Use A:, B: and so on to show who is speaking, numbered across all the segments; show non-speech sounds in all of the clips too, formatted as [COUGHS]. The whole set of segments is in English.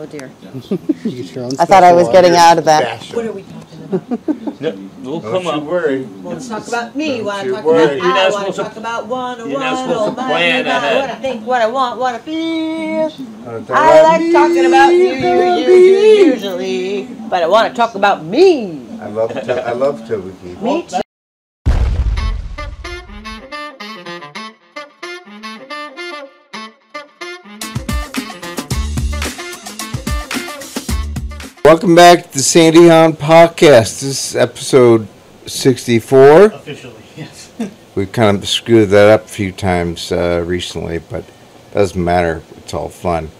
A: Oh dear.
B: I thought I was getting out of that.
C: What are we talking about?
D: No, we'll
C: Don't
D: come
C: you
D: up.
C: worry.
D: It's-
C: You're
D: it's-
C: not
A: Talk about me, wanna
C: Don't you
A: talk
C: worry.
A: about I,
C: You're
D: not
A: wanna
D: supposed to-
A: talk about wanna
D: you're not
A: run,
D: supposed to
A: oh my,
D: plan
A: God,
D: ahead.
A: what I think, what I want, what I feel.
C: talking
A: I
C: about
A: like
C: me,
A: talking about you, you,
C: about
A: you, you,
C: me.
A: usually, but I wanna talk about me.
C: I love, to- I love Toby Keith.
A: Me too.
C: Welcome back to the Sandy Hahn Podcast. This is episode 64.
E: Officially, yes.
C: We kind of screwed that up a few times uh, recently, but doesn't matter. It's all fun.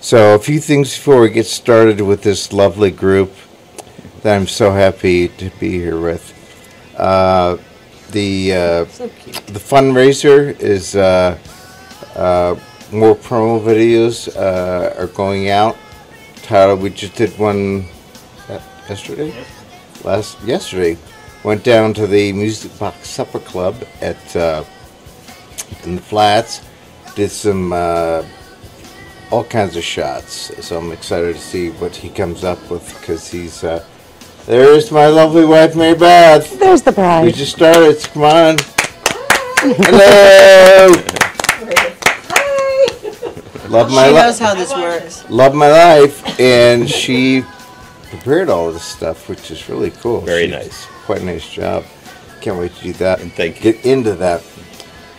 C: So, a few things before we get started with this lovely group that I'm so happy to be here with. Uh, the uh, the fundraiser is uh, uh, more promo videos uh, are going out. Tyler, we just did one uh, yesterday last yesterday went down to the music box supper club at uh, in the flats did some uh, all kinds of shots so i'm excited to see what he comes up with because he's uh, there's my lovely wife mary beth
B: There's the
C: we
B: bride.
C: just started come on hello love my
A: She
C: life
A: knows how this works.
C: love my life and she prepared all of this stuff which is really cool
D: Very
C: She-
D: nice.
C: quite a nice job can't wait to do that
D: And thank you.
C: get into that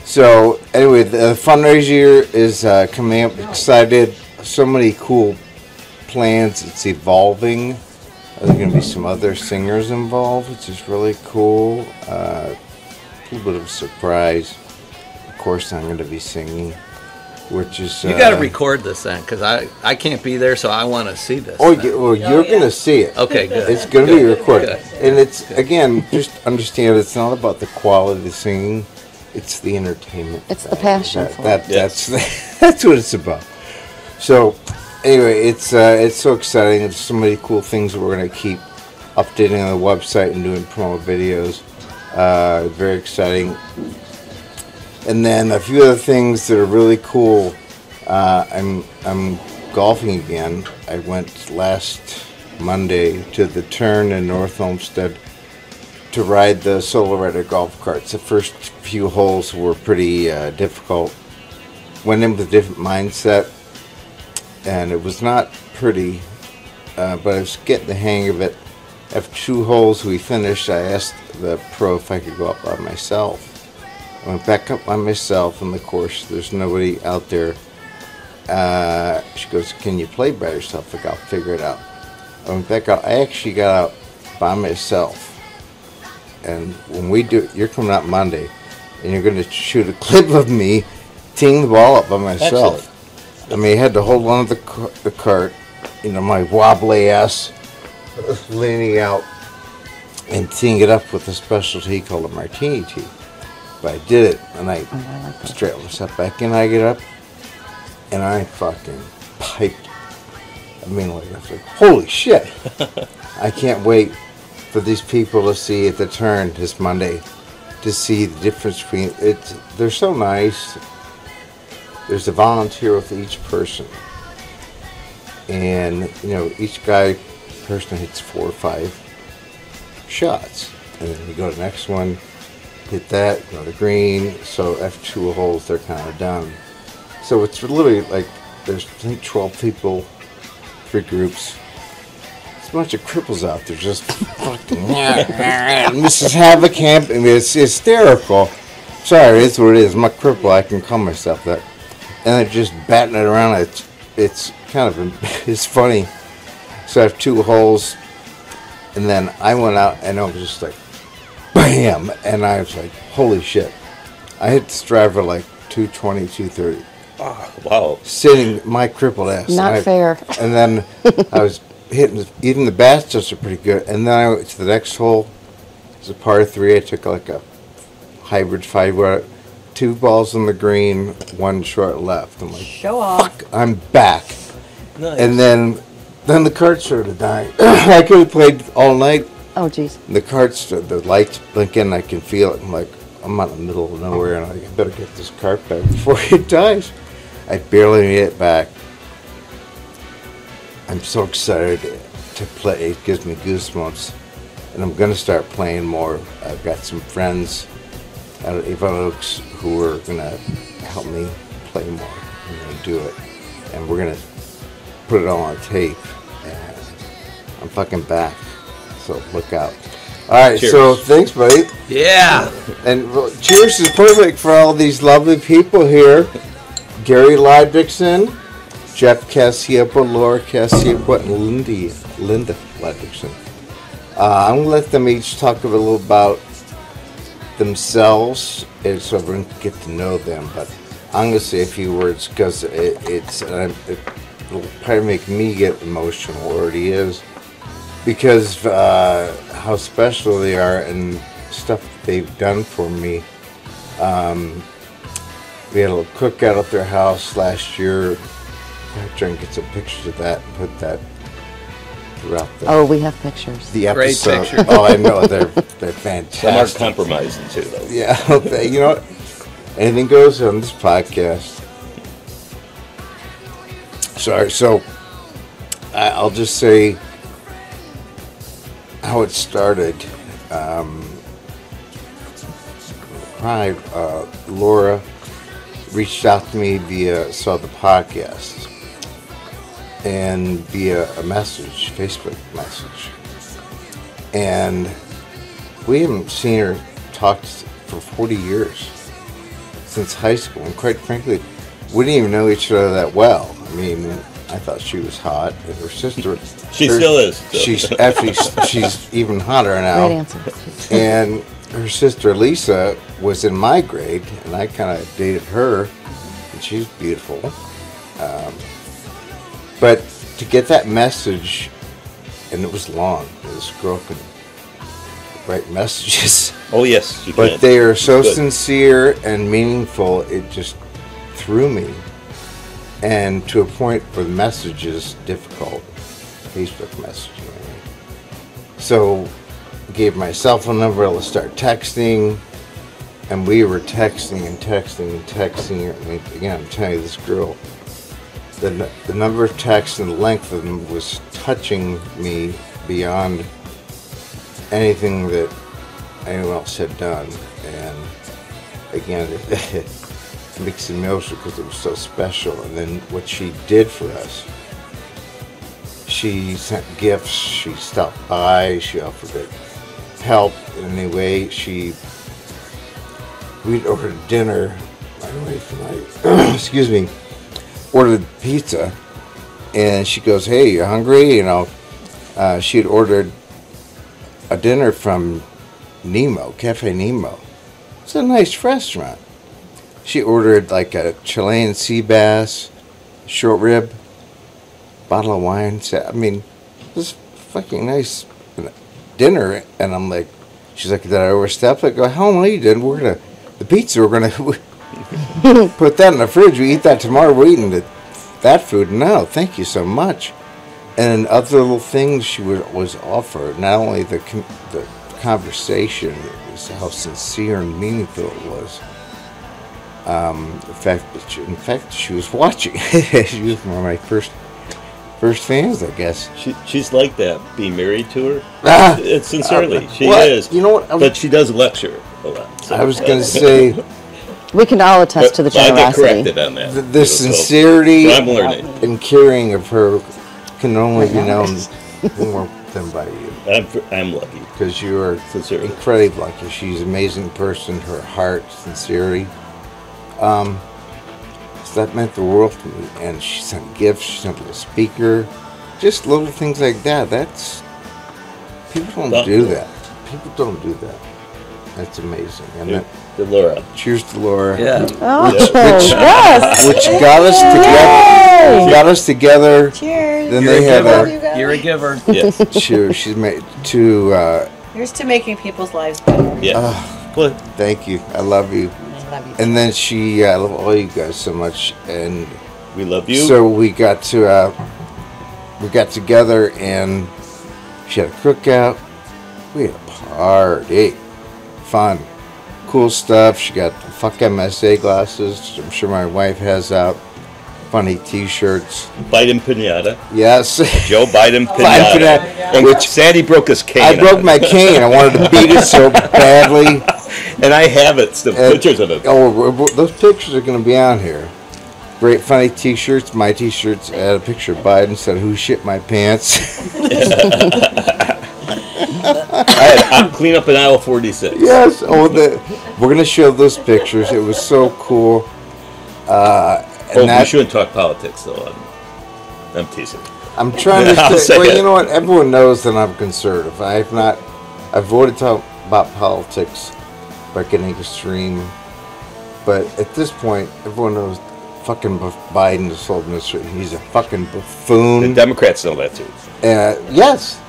C: so anyway the fundraiser is uh, coming up excited so many cool plans it's evolving there's going to be some other singers involved which is really cool uh, a little bit of a surprise of course i'm going to be singing which is
F: You
C: uh,
F: got to record this then, because I I can't be there, so I want to see this.
C: Oh,
F: thing.
C: you, well, you're
A: yeah.
C: going to see it.
F: Okay, good.
C: It's going to be recorded.
F: Good.
C: And it's, again, just understand it's not about the quality of the singing, it's the entertainment.
B: It's the
C: value.
B: passion
C: That-
B: for
C: that-
D: it. Yes.
C: That's, [LAUGHS] that's what it's about. So, anyway, it's uh, it's so exciting. There's so many cool things that we're going to keep updating on the website and doing promo videos. Uh, very exciting. And then a few other things that are really cool. Uh, I'm I'm golfing again. I went last Monday to the Turn in North Olmsted to ride the Soloretto golf carts. The first few holes were pretty uh, difficult. Went in with a different mindset, and it was not pretty, uh, but I was getting the hang of it. After two holes we finished, I asked the pro if I could go up by myself. I went back up by myself on the course. There's nobody out there. Uh, she goes, "Can you play by yourself?" Like I'll figure it out. I went back out. I actually got out by myself and when we do, you're coming out Monday, and you're going to shoot a [LAUGHS] clip of me teeing the ball up by myself. I mean, I had to hold on to the, ca- the cart, you know, my wobbly ass [LAUGHS] leaning out and teeing it up with a special tee called a martini tee. But I did it, and I straightened myself back in. I get up, and I fucking piped. I mean, like, I was like, holy shit. I can't wait for these people to see at the turn this Monday to see the difference between it's they're so nice. There's a volunteer with each person. And you know, each guy person hits four or five shots. And then we go to the next one, hit that, go to green. So after two holes they're kinda done. So it's literally like there's I think twelve people, three groups. It's a bunch of cripples out there just fucking [LAUGHS] Mrs. Havoc Camp. I mean, it's hysterical. Sorry, it's what it is. I'm a cripple. I can call myself that. And they're just batting it around. It's it's kind of [LAUGHS] it's funny. So I have two holes, and then I went out and I was just like, bam! And I was like, holy shit! I hit this driver like 220, 230
D: Wow.
C: sitting my crippled ass.
B: Not
C: And I-
B: fair.
C: And then I was hitting even the bats just are pretty good. And then I went to the next hole. It's a par three. I took like a hybrid five where two balls on the green, one short left. I'm like,
A: Show off.
C: I'm back.
D: Nice.
C: And then then the cart started dying. [CLEARS THROAT] I could have played all night.
B: Oh, geez.
C: The cart started, the lights blinking. I can feel it. I'm like, I'm out in the middle of nowhere, and I'm like, I better get this cart [LAUGHS] back before it dies. I barely made it back. I'm so excited to play. It gives me goosebumps, and I'm gonna start playing more. I've got some friends out of Avon Oaks who are gonna help me play more. I'm gonna do it, and we're gonna put it all on tape. And I'm fucking back, so look out. All right, so
D: Cheers.
C: thanks, buddy.
F: Yeah.
C: And well, cheers is perfect for all these lovely people here. Gary Ludvigson, Jeff Cassioppa, Laura Cassioppa, and Lindy, Linda Ludvigson. Uh, I'm going to let them each talk a little about themselves and so everyone can get to know them. But I'm going to say a few words because it, it's, and I'm- it'll probably make me get emotional, already is because uh, how special they are and stuff they've done for me. Um, we had a little cookout at their house last year. I'll try and get some pictures of that and put that throughout the,
B: Oh, we have pictures.
C: the
F: Great
C: episode.
F: pictures.
C: Oh, I know they're they're fantastic.
D: Some are [LAUGHS] compromising too, though.
C: Yeah, okay, you know, what? anything goes on this podcast. Sorry, so I- I'll just say how it started. Um, hi, uh, Laura reached out to me via saw the podcast and via a message, Facebook message, and. We haven't seen her talked for 40 years since high school, and quite frankly, we didn't even know each other that well. I mean, I thought she was hot, and her sister.
D: She
C: her-
D: still is.
C: She's actually she's even hotter now.
B: Great answer.
C: And her sister Lisa was in my grade, and I kind of dated her, and she's beautiful. Um, but to get that message, and it was long. This girl could write messages. [LAUGHS]
D: Oh yes, you
C: But
D: can.
C: they are so
D: Good.
C: sincere and meaningful, it just threw me. And to a point where the message is difficult, Facebook messaging. I mean. So gave my cell phone number, let's start texting. And we were texting and texting and texting. I mean, again, I'm telling you, this girl, the, n- the number of texts and the length of them was touching me beyond anything that anyone else had done. And again, [LAUGHS] it, makes it emotional because it was so special. And then what she did for us, she sent gifts, she stopped by, she offered to help in any way. She, we'd ordered dinner, my wife and I, [CLEARS THROAT] excuse me, ordered pizza. And she goes, hey, you're hungry? You know, uh, she had ordered a dinner from Nemo, Cafe Nemo. It's a nice restaurant. She ordered like a Chilean sea bass, short rib, bottle of wine. sa- I mean, this fucking nice dinner. And I'm like, she's like, did I overstep? I go, hell no, you didn't. We're gonna the pizza. We're gonna [LAUGHS] put that in the fridge. We eat that tomorrow. We're eating the, that food now. Thank you so much and other little things she was, was offered. Not only the com- the conversation, it was how sincere and meaningful it was. Um, the fact that she, in fact she was watching. [LAUGHS] she was one of my first first fans, I guess.
D: She, she's like that. Be married to her.
C: Ah!
D: it's sincerely, she
C: Well,
D: is.
C: you know what, I was-
D: but she does lecture a lot. so-
C: I was gonna say
B: We can all attest to the
D: But I get
B: generosity.
D: corrected on that.
C: the,
D: you
C: the
D: know, so-
C: sincerity
D: But I'm learning.
C: and caring of her can only be known more than by you.
D: I'm, I'm lucky.
C: because you are
D: Sincerely.
C: incredibly lucky. She's an amazing person. Her heart, sincerity. Um, so that meant the world to me. And she sent gifts. She sent a little speaker. Just little things like that. That's people don't
D: That-
C: do that. People don't do that. That's amazing. And
D: Yeah.
C: that,
D: To Laura.
C: cheers to Laura.
F: Yeah.
B: Oh,
D: Which- which-
B: yes.
C: Which got us together. Got us together.
A: Cheers.
C: Then
F: You're
C: they
F: a
C: had
A: Love you
C: a.
A: guys.
F: You're a giver.
B: [LAUGHS]
D: Yes.
C: She, she's made to. Uh,
E: Here's to making people's lives better.
D: Yes.
C: Ah.
D: What?
C: thank you. I love you.
A: Love you.
C: And then she, uh, I love all you guys so much. And
D: We love you.
C: so we got to, uh, we got together and she had a cookout. We had a party. Fun. Cool stuff. She got the fuck MSA glasses. which I'm sure my wife has out. funny T-shirts.
D: Biden Pinata.
C: Yes, [LAUGHS]
D: Joe Biden
C: Biden
D: Pinata.
C: Pinata.
D: and which Sandy broke his cane.
C: I broke
D: on.
C: my cane. I wanted to beat it so badly.
D: And I have it, the
C: And-
D: pictures of it.
C: Oh, w- w- those pictures are going to be on here. Great funny T-shirts. My T-shirts I had a picture of Biden said, "Who shit my pants?" [LAUGHS]
D: I had I clean up in aisle 46.
C: yes. Oh, the we're going to show those pictures. It was so cool. Uh,
D: Oh,
C: and
D: we
C: that,
D: shouldn't talk politics, though. I'm, I'm teasing.
C: I'm trying to.
D: Yeah, [LAUGHS] I'll
C: say-
D: say
C: well,
D: it.
C: you know what? Everyone knows that I'm conservative. I've not. I've avoided talk about politics by getting extreme. But at this point, everyone knows fucking B- Biden is so miser- He's a fucking
D: The
C: buffoon.
D: Democrats know that, too.
C: Uh, yes.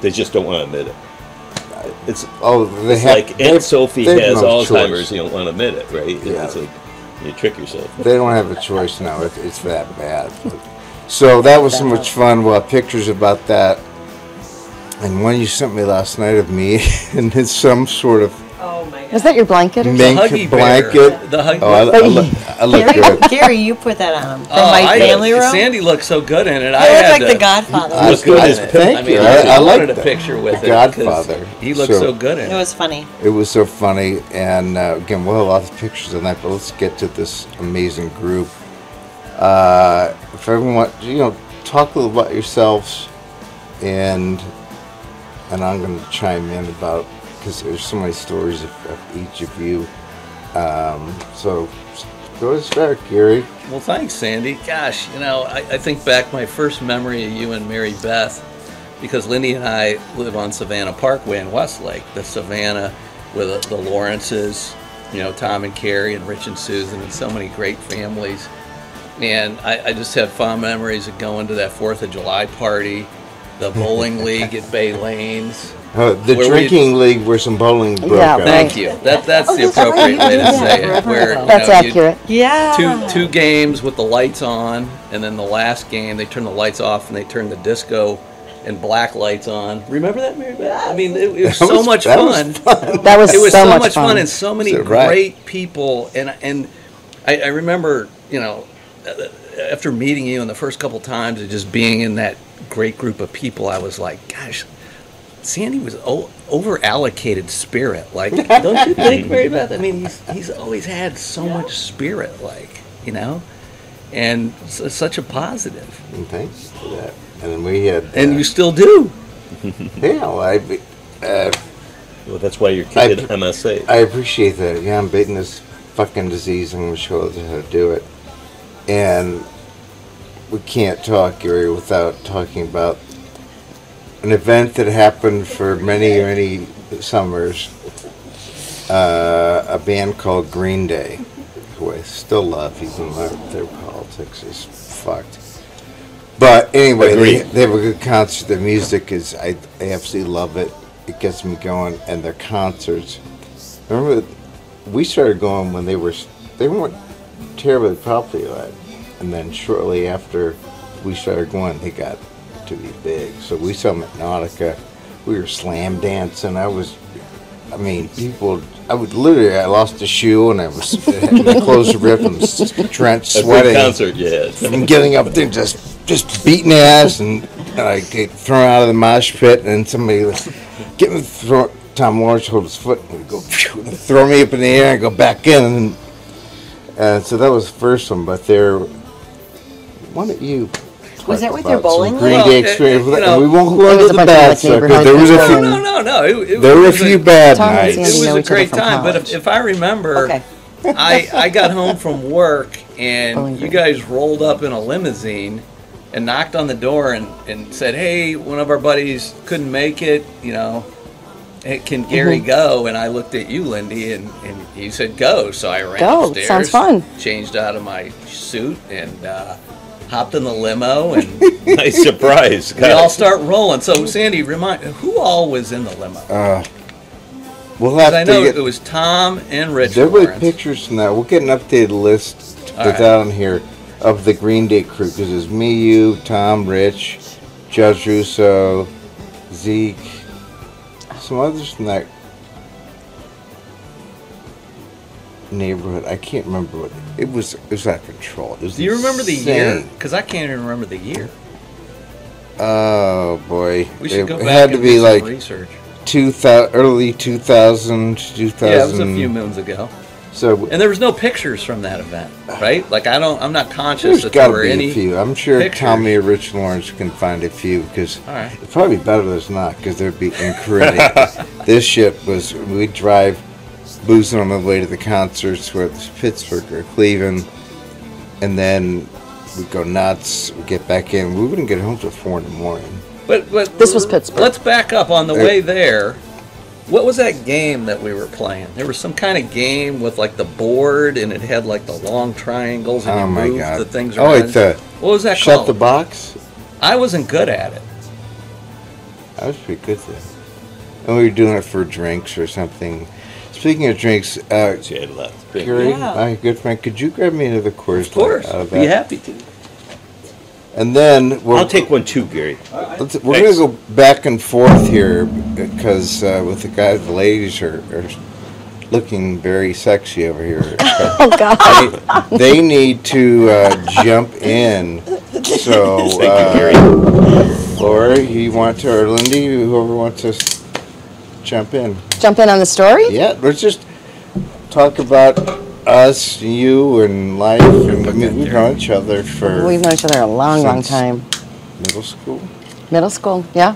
D: They just don't want to admit it. It's
C: Oh, they
D: It's
C: have,
D: like
C: they-
D: Aunt Sophie
C: they
D: has
C: no choice.
D: Alzheimer's, you don't want to admit it, right?
C: Yeah.
D: It's like you trick yourself.
C: They don't have a choice now. It, it's that bad. So that was so much fun. We'll have pictures about that. And one you sent me last night of me, [LAUGHS] and it's some sort of
G: Oh my
B: Was that your blanket? Or
C: Mink
B: something?
F: Huggy Bear.
C: blanket.
F: The huggy
C: Oh, I, I, look, I look good.
E: Gary, Gary, you put that on from
F: Oh,
E: my
F: I-
E: family room.
F: Sandy looked so good in it. I
E: I
F: had
E: look like
F: to-
E: the Godfather.
C: I
D: Look good as
C: I-
D: pimp.
C: Thank
F: I
C: you.
F: mean,
C: I, I
F: wanted
C: like
F: a picture with
C: The
F: it. 'cause
C: Godfather.
F: He looked
C: So-
F: so, good in
E: it
F: it.
E: was funny.
C: It was so funny, and uh, again, we'll have lots of pictures on that. But let's get to this amazing group. Uh, if everyone, you know, talk a little about yourselves, and and I'm going to chime in about because there's so many stories of, of each of you. Um, so go ahead and start, Gary.
F: Well, thanks, Sandy. Gosh, you know, I, I think back my first memory of you and Mary Beth, because Lindy and I live on Savannah Parkway in Westlake, the Savannah with the Lawrences, you know, Tom and Carrie and Rich and Susan and so many great families. And I, I just have fond memories of going to that Fourth of July party, the
C: [LAUGHS]
F: bowling league at Bay Lanes.
C: Uh, the
F: Where we-
C: drinking league where some bowling broke
B: Yeah,
C: out.
B: right.
F: Thank you. That that's the appropriate way to say it. Where, you
B: That's
F: know, you-
B: accurate.
E: Yeah.
F: two two games with the lights on, and then the last game they turned the lights off and they turned the disco and black lights on. Remember that, Mary Beth? I mean, it, it was
C: That
F: so
C: was-
F: much
C: that was
F: fun.
B: That was,
F: It was
B: so,
F: much, fun. and so many
C: So right.
F: great people. And and I, I remember, you know, uh, after meeting you and the first couple times and just being in that great group of people, I was like, gosh, Sandy was o- over allocated spirit.
B: [LAUGHS]
F: Like, don't you think, Mary Beth? I mean, he's, he's always had so much spirit, like, you know, and s- such a positive.
C: And thanks for that. And then we had.
F: And
C: uh,
F: you still do.
C: yeah, well, I. Uh,
D: Well, that's why your
C: I-
D: kid did MSA.
C: I appreciate that. Yeah, I'm beating this fucking disease. I'm gonna show others how to do it. And we can't talk, Gary, without talking about an event that happened for many, many summers. Uh, a band called Green Day, who I still love, even though their politics is fucked. But anyway, they,
D: Agreed.
C: they have a good concert. Their music is, I, I absolutely love it. It gets me going, and their concerts. Remember, we started going when they were they weren't terribly popular, and then shortly after we started going, they got to be big. So we saw them at Nautica. We were slam dancing. I was, I mean, people. I would literally, I lost a shoe and I was [LAUGHS] my clothes ripped. I'm s- drenched,
D: A
C: sweating
D: good concert, yes.
C: [LAUGHS] from getting up there just just beating ass and I get thrown out of the mosh pit and then somebody was- get me throw Tom Lawrence hold his foot and go phew, and throw me up in the air and go back in and uh, so that was the first one but there why don't you
E: Was
C: talk
E: that with your
C: about some
E: bowling
C: Green
F: league?
C: Day
F: Well, uh,
C: experience
F: you
C: and
F: know,
C: we won't
B: There
C: go
B: was
C: into the
B: a bunch of,
C: bad
B: like,
C: stuff 'cause
B: neighborhood
C: there was a
B: things
F: No,
B: going
C: few
F: no, no, no. It, it
C: Um, there were a
F: was
C: few bad
B: Tom and
C: nights
B: Sandy
F: It was
B: know
F: a
B: each other
F: great
B: from
F: time, but if,
B: college.
F: if I remember,
B: Okay.
F: I I got home from work
B: Bowling
F: and you
B: Green.
F: guys rolled up in a limousine and knocked on the door and, and said, "Hey, one of our buddies couldn't make it, you know, hey, can Gary
B: Mm-hmm.
F: go?" And I looked at you, Lindy, and, and you said, "Go." So I ran
B: Go.
F: upstairs,
B: Sounds fun.
F: Changed out of my suit and uh, hopped in the limo,
B: [LAUGHS]
D: [LAUGHS]
F: and
D: nice surprise.
F: we
D: guys.
F: all start rolling. So Sandy, remind who all was in the limo?
C: we'll
F: 'Cause
C: have
F: I
C: to
F: know
C: get
F: it was Tom and Rich.
C: There were
F: Lawrence.
C: pictures now. We'll get an updated list to
F: All
C: put
F: right.
C: down here of the Green Day crew because it's me, you, Tom, Rich, Judge Russo, Zeke, some others from that. neighborhood. I can't remember what it was. It was out of control. It was
F: Do you remember the year?
C: insane.
F: Because I can't even remember the year.
C: Oh boy,
F: We should
C: it
F: go back
C: had to
F: and
C: be
F: do some
C: like
F: research.
C: 2000, early 2000, 2000.
F: Yeah, it was a few moons ago,
C: So
F: and there was no pictures from that event, right? Like I don't, I'm not conscious
C: there's
F: that
C: got
F: there
C: to
F: were
C: be
F: any.
C: a few. I'm sure
F: pictures.
C: Tommy or Rich Lawrence can find a few because
F: All right.
C: it's probably better there's not because there'd be
F: [LAUGHS]
C: incriminating. this shit was we drive boozing on the way to the concerts, whether it's Pittsburgh or Cleveland, and then we go nuts. We get back in. We wouldn't get home till four in the morning.
F: But, but
B: This was Pittsburgh.
F: Let's back up on the
C: Yeah.
F: way there. What was that game that we were playing? There was some kind of game with like the board, and it had like the long triangles, and
C: Oh,
F: you
C: my
F: moved
C: God.
F: the things
C: Oh,
F: around.
C: it's a-
F: what was that
C: Shut
F: called?
C: the box.
F: I wasn't good at it.
C: That was pretty good then. And we were doing it for drinks or something. Speaking of drinks, uh,
D: She had left.
C: Gary,
A: Yeah.
C: my good friend, could you grab me another course?
F: Of course,
C: Out of
F: be
C: that? Mm.
F: happy to.
C: And then we're,
D: I'll take one too, Gary.
C: let's- we're going to go back and forth here because uh, with the guys, the ladies are, are looking very sexy over here.
B: Oh
C: [LAUGHS]
B: God!
C: they, they need to uh, jump in. So, uh, Laura, you want to, or Lindy, whoever wants to s- jump in.
B: Jump in on the story.
C: Yeah, let's just talk about us, you, and life. And, I mean, we've known each other for
B: We've known each other a long, long
C: Since-
B: time.
C: middle school.
B: Middle school, yeah.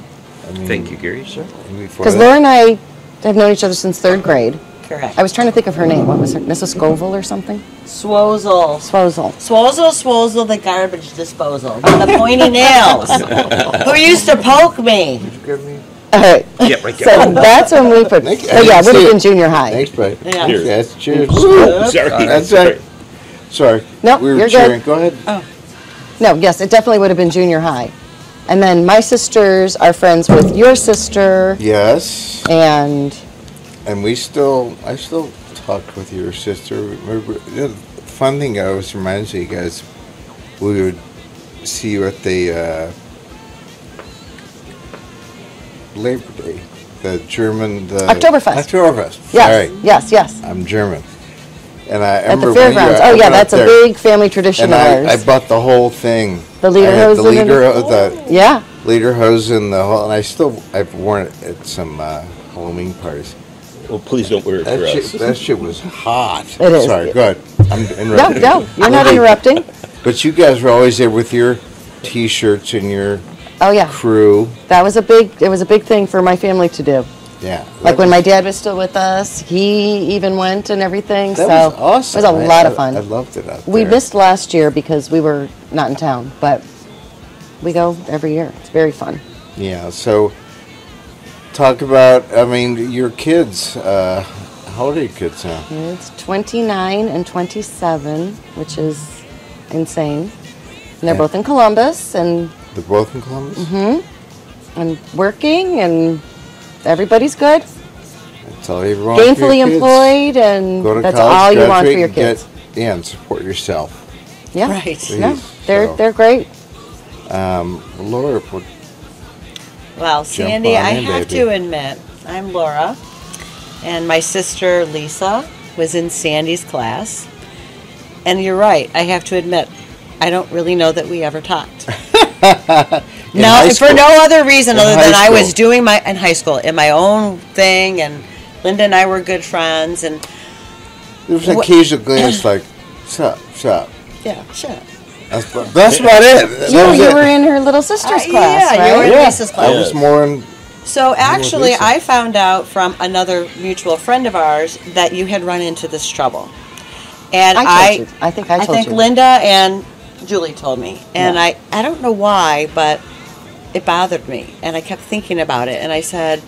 C: I mean,
F: Thank you, Gary. Sure.
C: Before
B: Because
C: that.
B: Laura and I have known each other since third grade.
A: Correct.
B: I was trying to think of her name. What was her? Mrs. Scoville or something?
A: Swozel.
B: Swozel.
A: Swozel, Swozel, the garbage disposal. With the pointy nails. Who used to poke me?
C: Did you get me?
B: All right.
D: Yeah, right there.
B: So that's when we put.
C: Thank you. I
B: So yeah, we'd have
C: see
B: been
C: it.
B: junior high.
C: Thanks, buddy.
A: Yeah.
D: Cheers.
C: Yes, cheers.
D: Sorry.
C: That's
D: Sorry.
C: right. Sorry.
B: Nope,
C: we were
B: you're good.
C: cheering. Go ahead.
B: No, yes, it definitely would have been junior high. And then my sisters are friends with your sister,
C: Yes,
B: and
C: and we still, I still talked with your sister. Remember, you know, the fun thing I always reminds you guys, we would see you at the uh, Labor Day, the German, the
B: Oktoberfest.
C: Oktoberfest.
B: yes,
C: All right,
B: yes, yes,
C: I'm German, and I
B: at the
C: remember when you-
B: fairgrounds.
C: I
B: Oh yeah,
C: went up
B: that's a
C: there.
B: big family tradition
C: And
B: of
C: I, I
B: ours.
C: bought the whole thing.
B: The Oh. leader
C: I had the
B: hose and
C: leader,
B: everything?
C: the
B: yeah,
C: lederhosen, the whole, and I still I've worn it at some uh, Halloween parties.
D: Well, please don't wear it
C: That
D: for
C: shit,
D: us.
C: that shit was hot.
B: It is.
C: Sorry, go ahead. I'm
B: no,
C: interrupting.
B: no, you're not
C: Really.
B: interrupting.
C: But you guys were always there with your t-shirts and your
B: Oh yeah,
C: crew.
B: that was a big. It was a big thing for my family to do.
C: Yeah.
B: Like
C: that
B: when
C: was-
B: my dad was still with us, he even went and everything.
C: that
B: so
C: was awesome.
B: it was a
C: I-
B: lot
C: I-
B: of fun.
C: I loved it out
B: we
C: there.
B: missed last year because we were not in town, but we go every year. It's very fun.
C: Yeah. So talk about. I mean, your kids. Uh, how old are your kids now?
B: It's 29 and 27, which is insane. And they're
C: Yeah.
B: both in Columbus and
C: They're both in Columbus.
B: Mm-hmm. and working and everybody's good.
C: That's all you ever want for your
B: Gainfully
C: kids.
B: employed and
C: Go to
B: that's
C: college,
B: all you want for
C: graduate,
B: your
C: and get-
B: kids.
C: yeah, and support yourself.
B: yeah.
A: Right.
B: Yeah.
C: Please,
B: They're
C: so.
B: they're great.
C: Um, Laura, what-
A: Well,
C: Jump
A: Sandy,
C: on
A: I
C: in,
A: have
C: baby.
A: to admit, I'm Laura, and my sister Lisa was in Sandy's class. And you're right, I have to admit, I don't really know that we ever talked.
C: [LAUGHS] In
A: no,
C: high
A: and for
C: school.
A: no other reason
C: In
A: other
C: high
A: than I was
C: school.
A: doing my in high school in my own thing, and Linda and I were good friends, and
C: there was an
A: What-
C: occasional glance like, "Sup, sup."
A: yeah, shut up.
C: That's, bu- [LAUGHS] that's about it. That
B: You,
C: was
B: you
C: it.
B: were in her little sister's class,
A: Uh, yeah, you were
B: right?
A: in
C: Yeah,
A: Lisa's class.
C: I was more in.
A: So actually,
C: Lisa.
A: I found out from another mutual friend of ours that you had run into this trouble, and I
B: I told you. I think I
A: I
B: told
A: think
B: you.
A: Linda and Julie told me, and
B: Yeah.
A: I I don't know why, but it bothered me, and I kept thinking about it, and I said,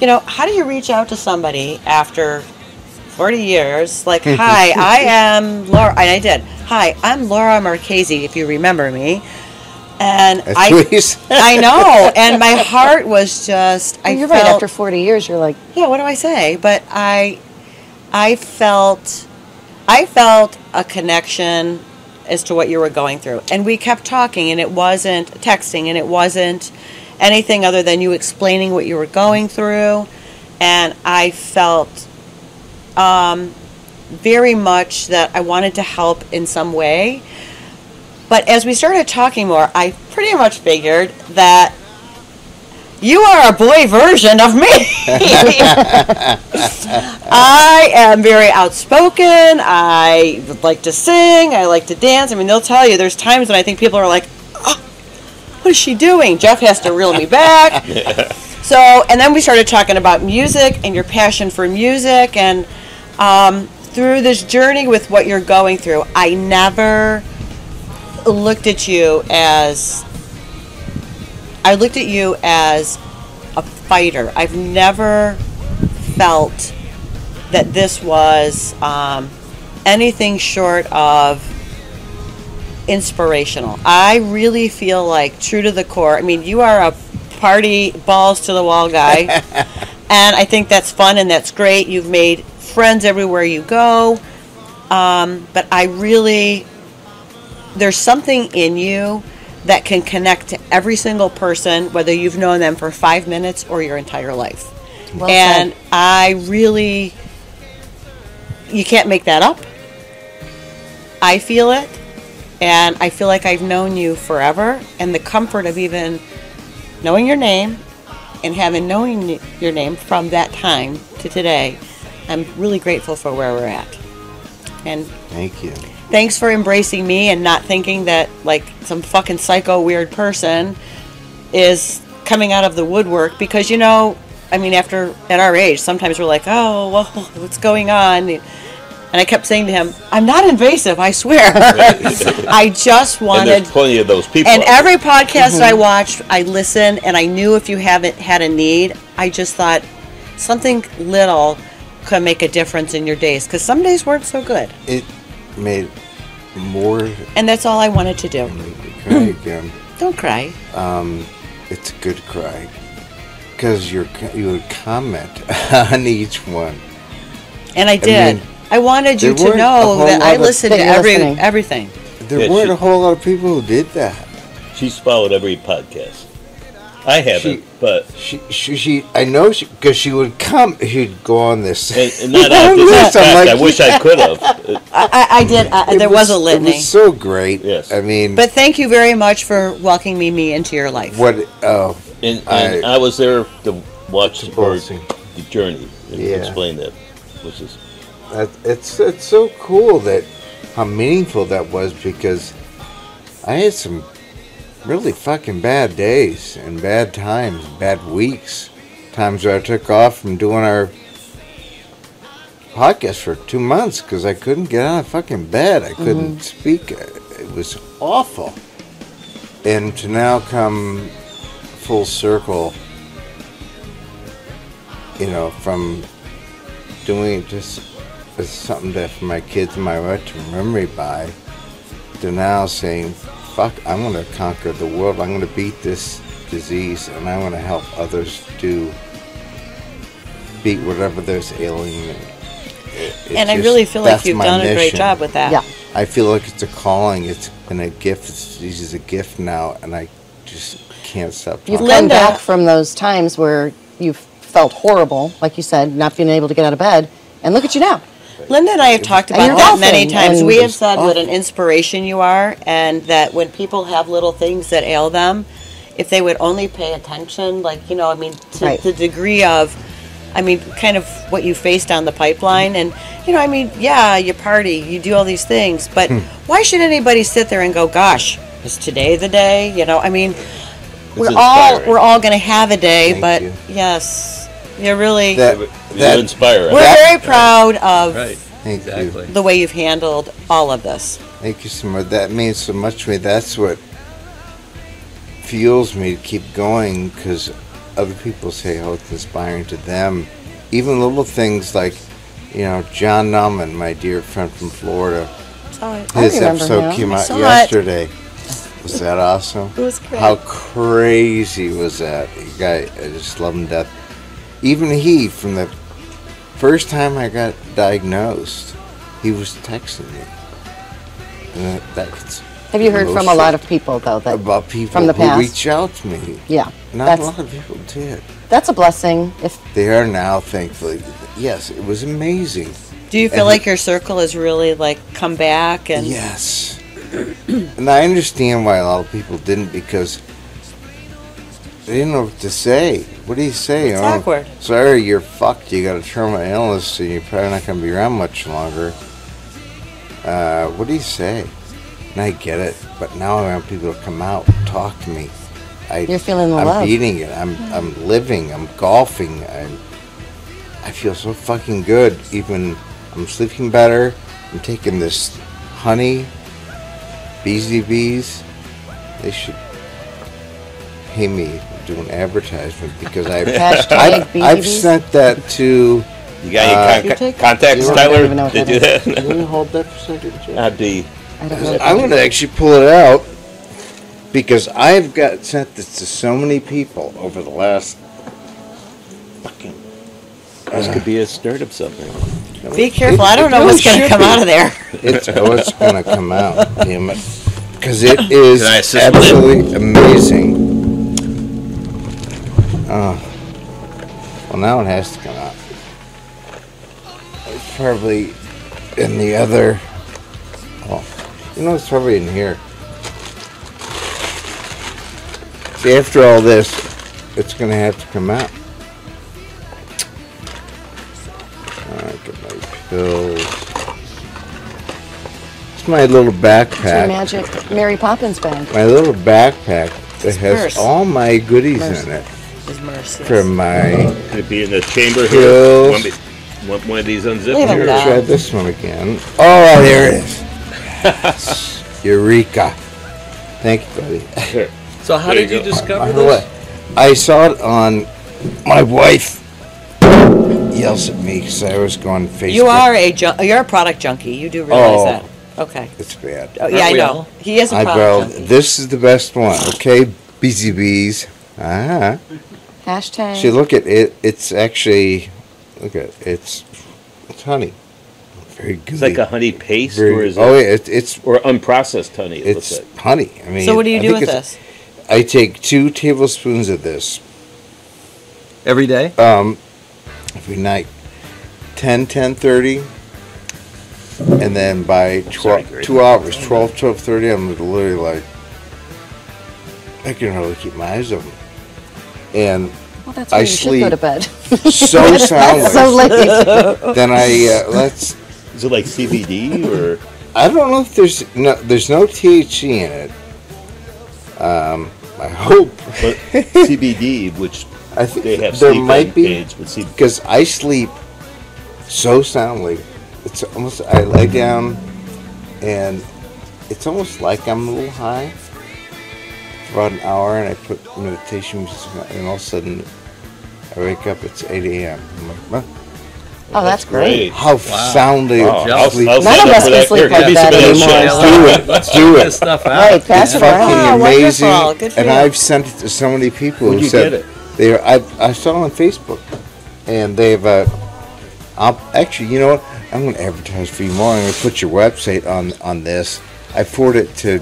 A: you know, how do you reach out to somebody after? 40 years,
B: [LAUGHS]
A: like, hi, I am Laura, and I did. Hi, I'm Laura Marchese, if you remember me. And
C: That's
A: I,
C: what he said.
A: I know, and my heart was just. I
B: you're
A: felt,
B: right. After 40 years, you're like,
A: yeah. What do I say? But I, I felt, I felt a connection as to what you were going through, and we kept talking, and it wasn't texting, and it wasn't anything other than you explaining what you were going through, and I felt um, very much that I wanted to help in some way. But as we started talking more, I pretty much figured that you are a boy version of me. I am very outspoken. I like to sing. I like to dance. I mean, they'll tell you there's times when I think people are like, "Oh, what is she doing? Jeff has to reel me back. So, and then we started talking about music and your passion for music. And um, through this journey with what you're going through, I never looked at you as I looked at you as a fighter. I've never felt that this was um, anything short of inspirational. I really feel like, true to the core, I mean, you are a party balls to the wall guy. and I think that's fun and that's great. You've made friends everywhere you go. Um, but I really, there's something in you that can connect to every single person, whether you've known them for five minutes or your entire life.
B: Well
A: and
B: said.
A: I really, you can't make that up. I feel it. And I feel like I've known you forever. And the comfort of even knowing your name and having known y- your name from that time to today, I'm really grateful for where we're at. And
C: Thank you.
A: thanks for embracing me and not thinking that like some fucking psycho weird person is coming out of the woodwork because you know i mean after at our age sometimes we're like oh well [LAUGHS] what's going on and i kept saying to him i'm not invasive i swear [LAUGHS] i just
D: And
A: wanted
D: there's plenty of those people.
A: and every podcast I watched, I listened, and I knew if you haven't had a need, I just thought something little could make a difference in your days because some days weren't so good,
C: It made more.
A: and that's all I wanted to do.
C: Made me cry
A: [LAUGHS]
C: again.
A: Don't cry.
C: It's a good cry because you you would comment [LAUGHS] on each one.
A: And I did. I,
C: mean,
A: wanted you
C: there
A: to
C: weren't a
A: know
C: whole
A: that I
C: lot of-
A: listened
B: That
A: to
B: you're
A: every
B: listening.
A: everything.
C: There
D: Yeah,
C: weren't
D: she-
C: a whole lot of people who did that.
D: She's followed every podcast. I haven't,
C: She-
D: but
C: She, she, she I know she because she would come. She'd go on this.
D: and, and
C: [LAUGHS]
D: not
C: I'm
D: after
C: just-
D: this
C: I'm
D: fact.
C: like-
D: I wish I could have.
A: I, I, I did. I,
C: It
A: there was, a
C: It
A: litany.
C: was so great.
D: Yes.
C: I mean,
A: but thank you very much for welcoming me into your life.
C: what? Oh,
D: And,
C: [LAUGHS]
D: and I, was there to watch or
C: Awesome.
D: the journey and
C: Yeah.
D: explain that, which is
C: that, it's it's so cool that how meaningful that was because I had some really fucking bad days and bad times, bad weeks, times where I took off from doing our podcast for two months because I couldn't get out of fucking bed. I couldn't speak. It was awful. And to now come full circle, you know, from doing it just as something that for my kids and my wife to remember me by, to now saying, fuck, I'm going to conquer the world. I'm going to beat this disease and I want to help others do beat whatever there's ailing them. It- it
A: and I
C: just-
A: really feel like
C: that's
A: you've
C: my
A: done a great
C: mission.
A: job with that.
B: Yeah.
C: I feel like it's a calling. It's been a gift. It's, this is a gift now, and I just can't stop
B: You've
C: talking.
B: come
A: Linda.
B: back from those times where you felt horrible, like you said, not being able to get out of bed, and look at you now.
A: Linda and I have talked
B: And
A: about
B: you're
A: that many
B: golfing,
A: times.
B: and-
A: We have said what
C: Oh.
A: an inspiration you are, and that when people have little things that ail them, if they would only pay attention, like, you know, I mean, to
B: Right.
A: the degree of, I mean, kind of what you face down the pipeline. And, you know, I mean, yeah, you party, you do all these things, but
B: Hmm.
A: why should anybody sit there and go, gosh, is today the day? You know, I mean, we're all,
D: inspiring.
A: we're all going to have a day,
C: Thank
A: but
C: you.
A: yes, you're really,
C: That-
D: you
C: that-
D: inspire
A: we're
D: us.
C: that-
A: very proud of
F: [LAUGHS] Right.
C: Thank
F: Exactly.
A: the way you've handled all of this.
C: Thank you so much. That means so much to me. That's what fuels me to keep going because other people say how it's inspiring to them. Even little things like, you know, John Nauman, my dear friend from Florida,
A: Saw it.
C: his
B: remember
C: episode
B: him.
C: came
A: I
C: out
A: saw it.
C: yesterday. Was that awesome?
A: It was great.
C: How crazy was that? The guy, I just love him to death. Even he, from the first time I got diagnosed, he was texting me. And that, that's
B: Have you heard from a
C: emotional.
B: lot of people though that
C: about people
B: from the
C: who
B: past?
C: reach out to me?
B: Yeah,
C: Not a
B: that's
C: lot of people did.
B: that's a blessing. If
C: They are now, thankfully. Yes, it was amazing.
A: Do you feel
C: And-
A: like your circle has really like come back and
C: Yes. and I understand why a lot of people didn't because they didn't know what to say. What do you say?
A: It's
C: Oh,
A: awkward.
C: Sorry, you're fucked. You got a terminal illness, and you're probably not going to be around much longer. Uh, what do you say? And I get it, but now I want people to come out, and talk to me. I,
B: You're feeling the
C: I'm
B: love.
C: beating it. I'm I'm living. I'm golfing. I'm I feel so fucking good. Even I'm sleeping better. I'm taking this honey, BZBs. They should pay me to do an advertisement because I,
B: Hashtag
C: I've, I've
B: BZBs?
C: sent that [LAUGHS] to.
D: You got
A: You
D: any con-
A: take-
D: contacts,
C: Uh, you don't
D: Tyler?
B: even know what
D: to
B: that
D: do
C: Can
D: [LAUGHS] that?
C: you hold that for a second, Jay?
D: I'd be.
B: I don't know.
C: I'm going to actually pull it out because I've got sent this to so many people over the last.
D: Fucking. This could be a start of something.
A: be careful? I don't know
C: It
A: what's going
C: really
A: to come
C: should be.
A: out of there.
D: [LAUGHS]
C: It's oh, it's gonna come out, damn it, because it is
D: Can I assist with it?
C: absolutely amazing. Oh, well now it has to come out. It's probably in the other. Oh, you know it's probably in here. See, after all this, it's gonna have to come out. All right, get my pills. It's my little
B: It's your
C: backpack.
B: magic Mary Poppins bag.
C: My little backpack that has
A: purse.
C: all my goodies
B: Purse.
C: in it.
A: Is mercy.
C: For my
D: Could it be in the chamber
C: Yes.
D: here? Want, me- want one of these unzipped?
A: Leave 'em
D: here?
A: down.
C: try this one again. Oh, there it is. Yes. Eureka! Thank you, buddy.
F: So how
D: There
F: did
D: you
F: you,
D: go.
C: By
F: discover
C: the
F: this?
C: way, I saw it on. My wife yells at me because I was going Facebook.
A: You are a jun- you're a product junkie. You do realize
C: Oh.
A: that. Okay.
C: It's bad.
A: Oh, yeah, I
F: we
A: know.
F: all?
A: He is a
C: I
A: product
C: go.
A: junkie.
C: This is the best one. Okay, BZBs. bees. Ah.
B: Hashtag.
C: See, look at it. It's actually, look at it's, it's honey. Very good.
D: It's like a honey paste, or is
C: oh
D: it?
C: yeah, it, it's
D: Or unprocessed honey, it
C: it's
D: looks like.
C: honey. I mean,
A: so what do you
C: I
A: do
C: think
A: with
C: it's-
A: this?
C: I take two tablespoons of this
F: Every day?
C: um, every night, 10, 10, 30, and then by
D: Sorry,
C: 12,
D: Gary.
C: two hours, 12, 12, 30, I'm literally like, I can hardly keep my eyes open. And
B: Well, that's
C: I
B: why you should go
C: sleep.
B: to bed. [LAUGHS]
C: so soundless.
B: so late.
C: Then I, uh, let's,
D: Is it like CBD or?
C: I don't know if there's no there's no THC in it. Um, I hope [LAUGHS]
D: but CBD, which
C: I think
D: they have
C: there
D: sleep
C: might
D: aid-
C: be
D: aids with CBD.
C: because I sleep so soundly. It's almost I lie down and it's almost like I'm a little high for about an hour, and I put meditation music, on, and all of a sudden I wake up. It's 8 a.m. I'm like, "Huh?
B: Oh, that's great.
C: how soundly
D: Wow. Oh, I'll- I'll
C: sleep.
D: sign
B: None of
D: up
B: us
D: for
B: can
D: that.
B: sleep
D: Here,
B: like
D: give me
B: that
D: some of
B: anymore.
D: shit.
C: Do it. Do
F: Get
C: it.
F: this stuff out.
B: Right, pass it
C: fucking
B: around.
A: Wow,
C: amazing.
A: wonderful. Good for
C: and
A: you.
C: I've sent it to so many people
D: Where'd
C: who
D: you
C: said
D: get it?
C: they. I I saw it on Facebook, and they've. Uh, I'll, actually, you know what? I'm going to advertise for you more. I'm going to put your website on on this. I forwarded it to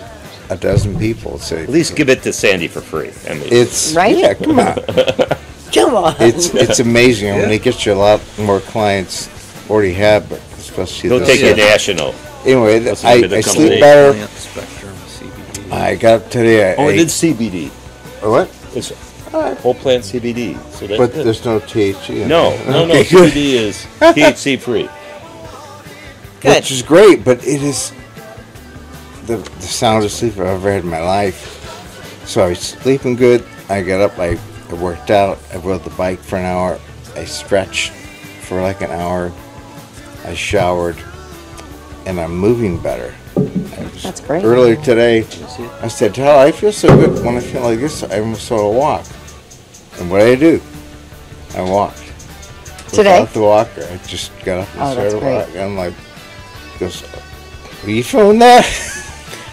C: a dozen people. So
D: At least give it to Sandy for free. I mean,
C: it's
B: Right?
C: Yeah, come
D: [LAUGHS]
C: on.
A: Come on.
C: it's it's amazing. I mean, it gets you a lot more clients. Already have, but especially
D: he'll
C: this-
D: take you
F: Yeah.
D: national.
C: Anyway, th-
D: That's a
C: I,
D: bit of
C: I sleep
D: company.
C: better. Ah,
F: Plant spectrum, CBD.
C: I got up today. I
D: Oh, it
C: ate-
D: is CBD.
C: what?
D: It's whole plant CBD. So that's
C: But
D: good.
C: there's no THC. in
D: no,
C: it.
D: no,
C: [LAUGHS]
D: no.
C: Okay, good.
D: CBD is THC free.
A: Good.
C: Which is great, but it is the, the soundest sleep I've ever had in my life. So I was sleeping good. I got up, I, I worked out, I rode the bike for an hour, I stretched for like an hour, I showered, and I'm moving better. I was-
B: That's great.
C: Earlier today, I said, Tyler, I feel so good when I feel like this. I almost sort of walk. And what did I do? I walked.
B: Today?
C: Without the walker. I just got up and
B: Oh, that's
C: started
B: great.
C: walking. I'm like, goes, are you feeling that? [LAUGHS]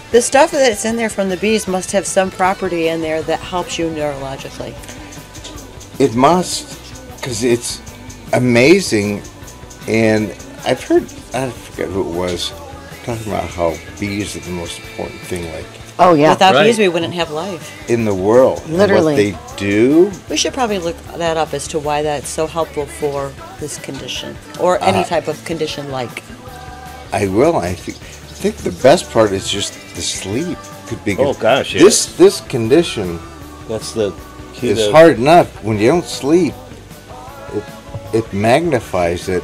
A: The stuff that's in there from the bees must have some property in there that helps you neurologically.
C: It must, because it's amazing. And I've heard, I forget who it was, talking about how bees are the most important thing. Like,
B: Oh yeah.
A: Without
F: Right.
A: these, we wouldn't have life.
C: in the world. and
B: Literally.
C: what they do.
A: We should probably look that up as to why that's so helpful for this condition or
C: Uh,
A: any type of condition like.
C: I will. I think. I think the best part is just the sleep. Could be.
D: Oh, gosh, yes.
C: This this condition
D: That's the key
C: is
D: to-
C: hard enough when you don't sleep. It it magnifies it.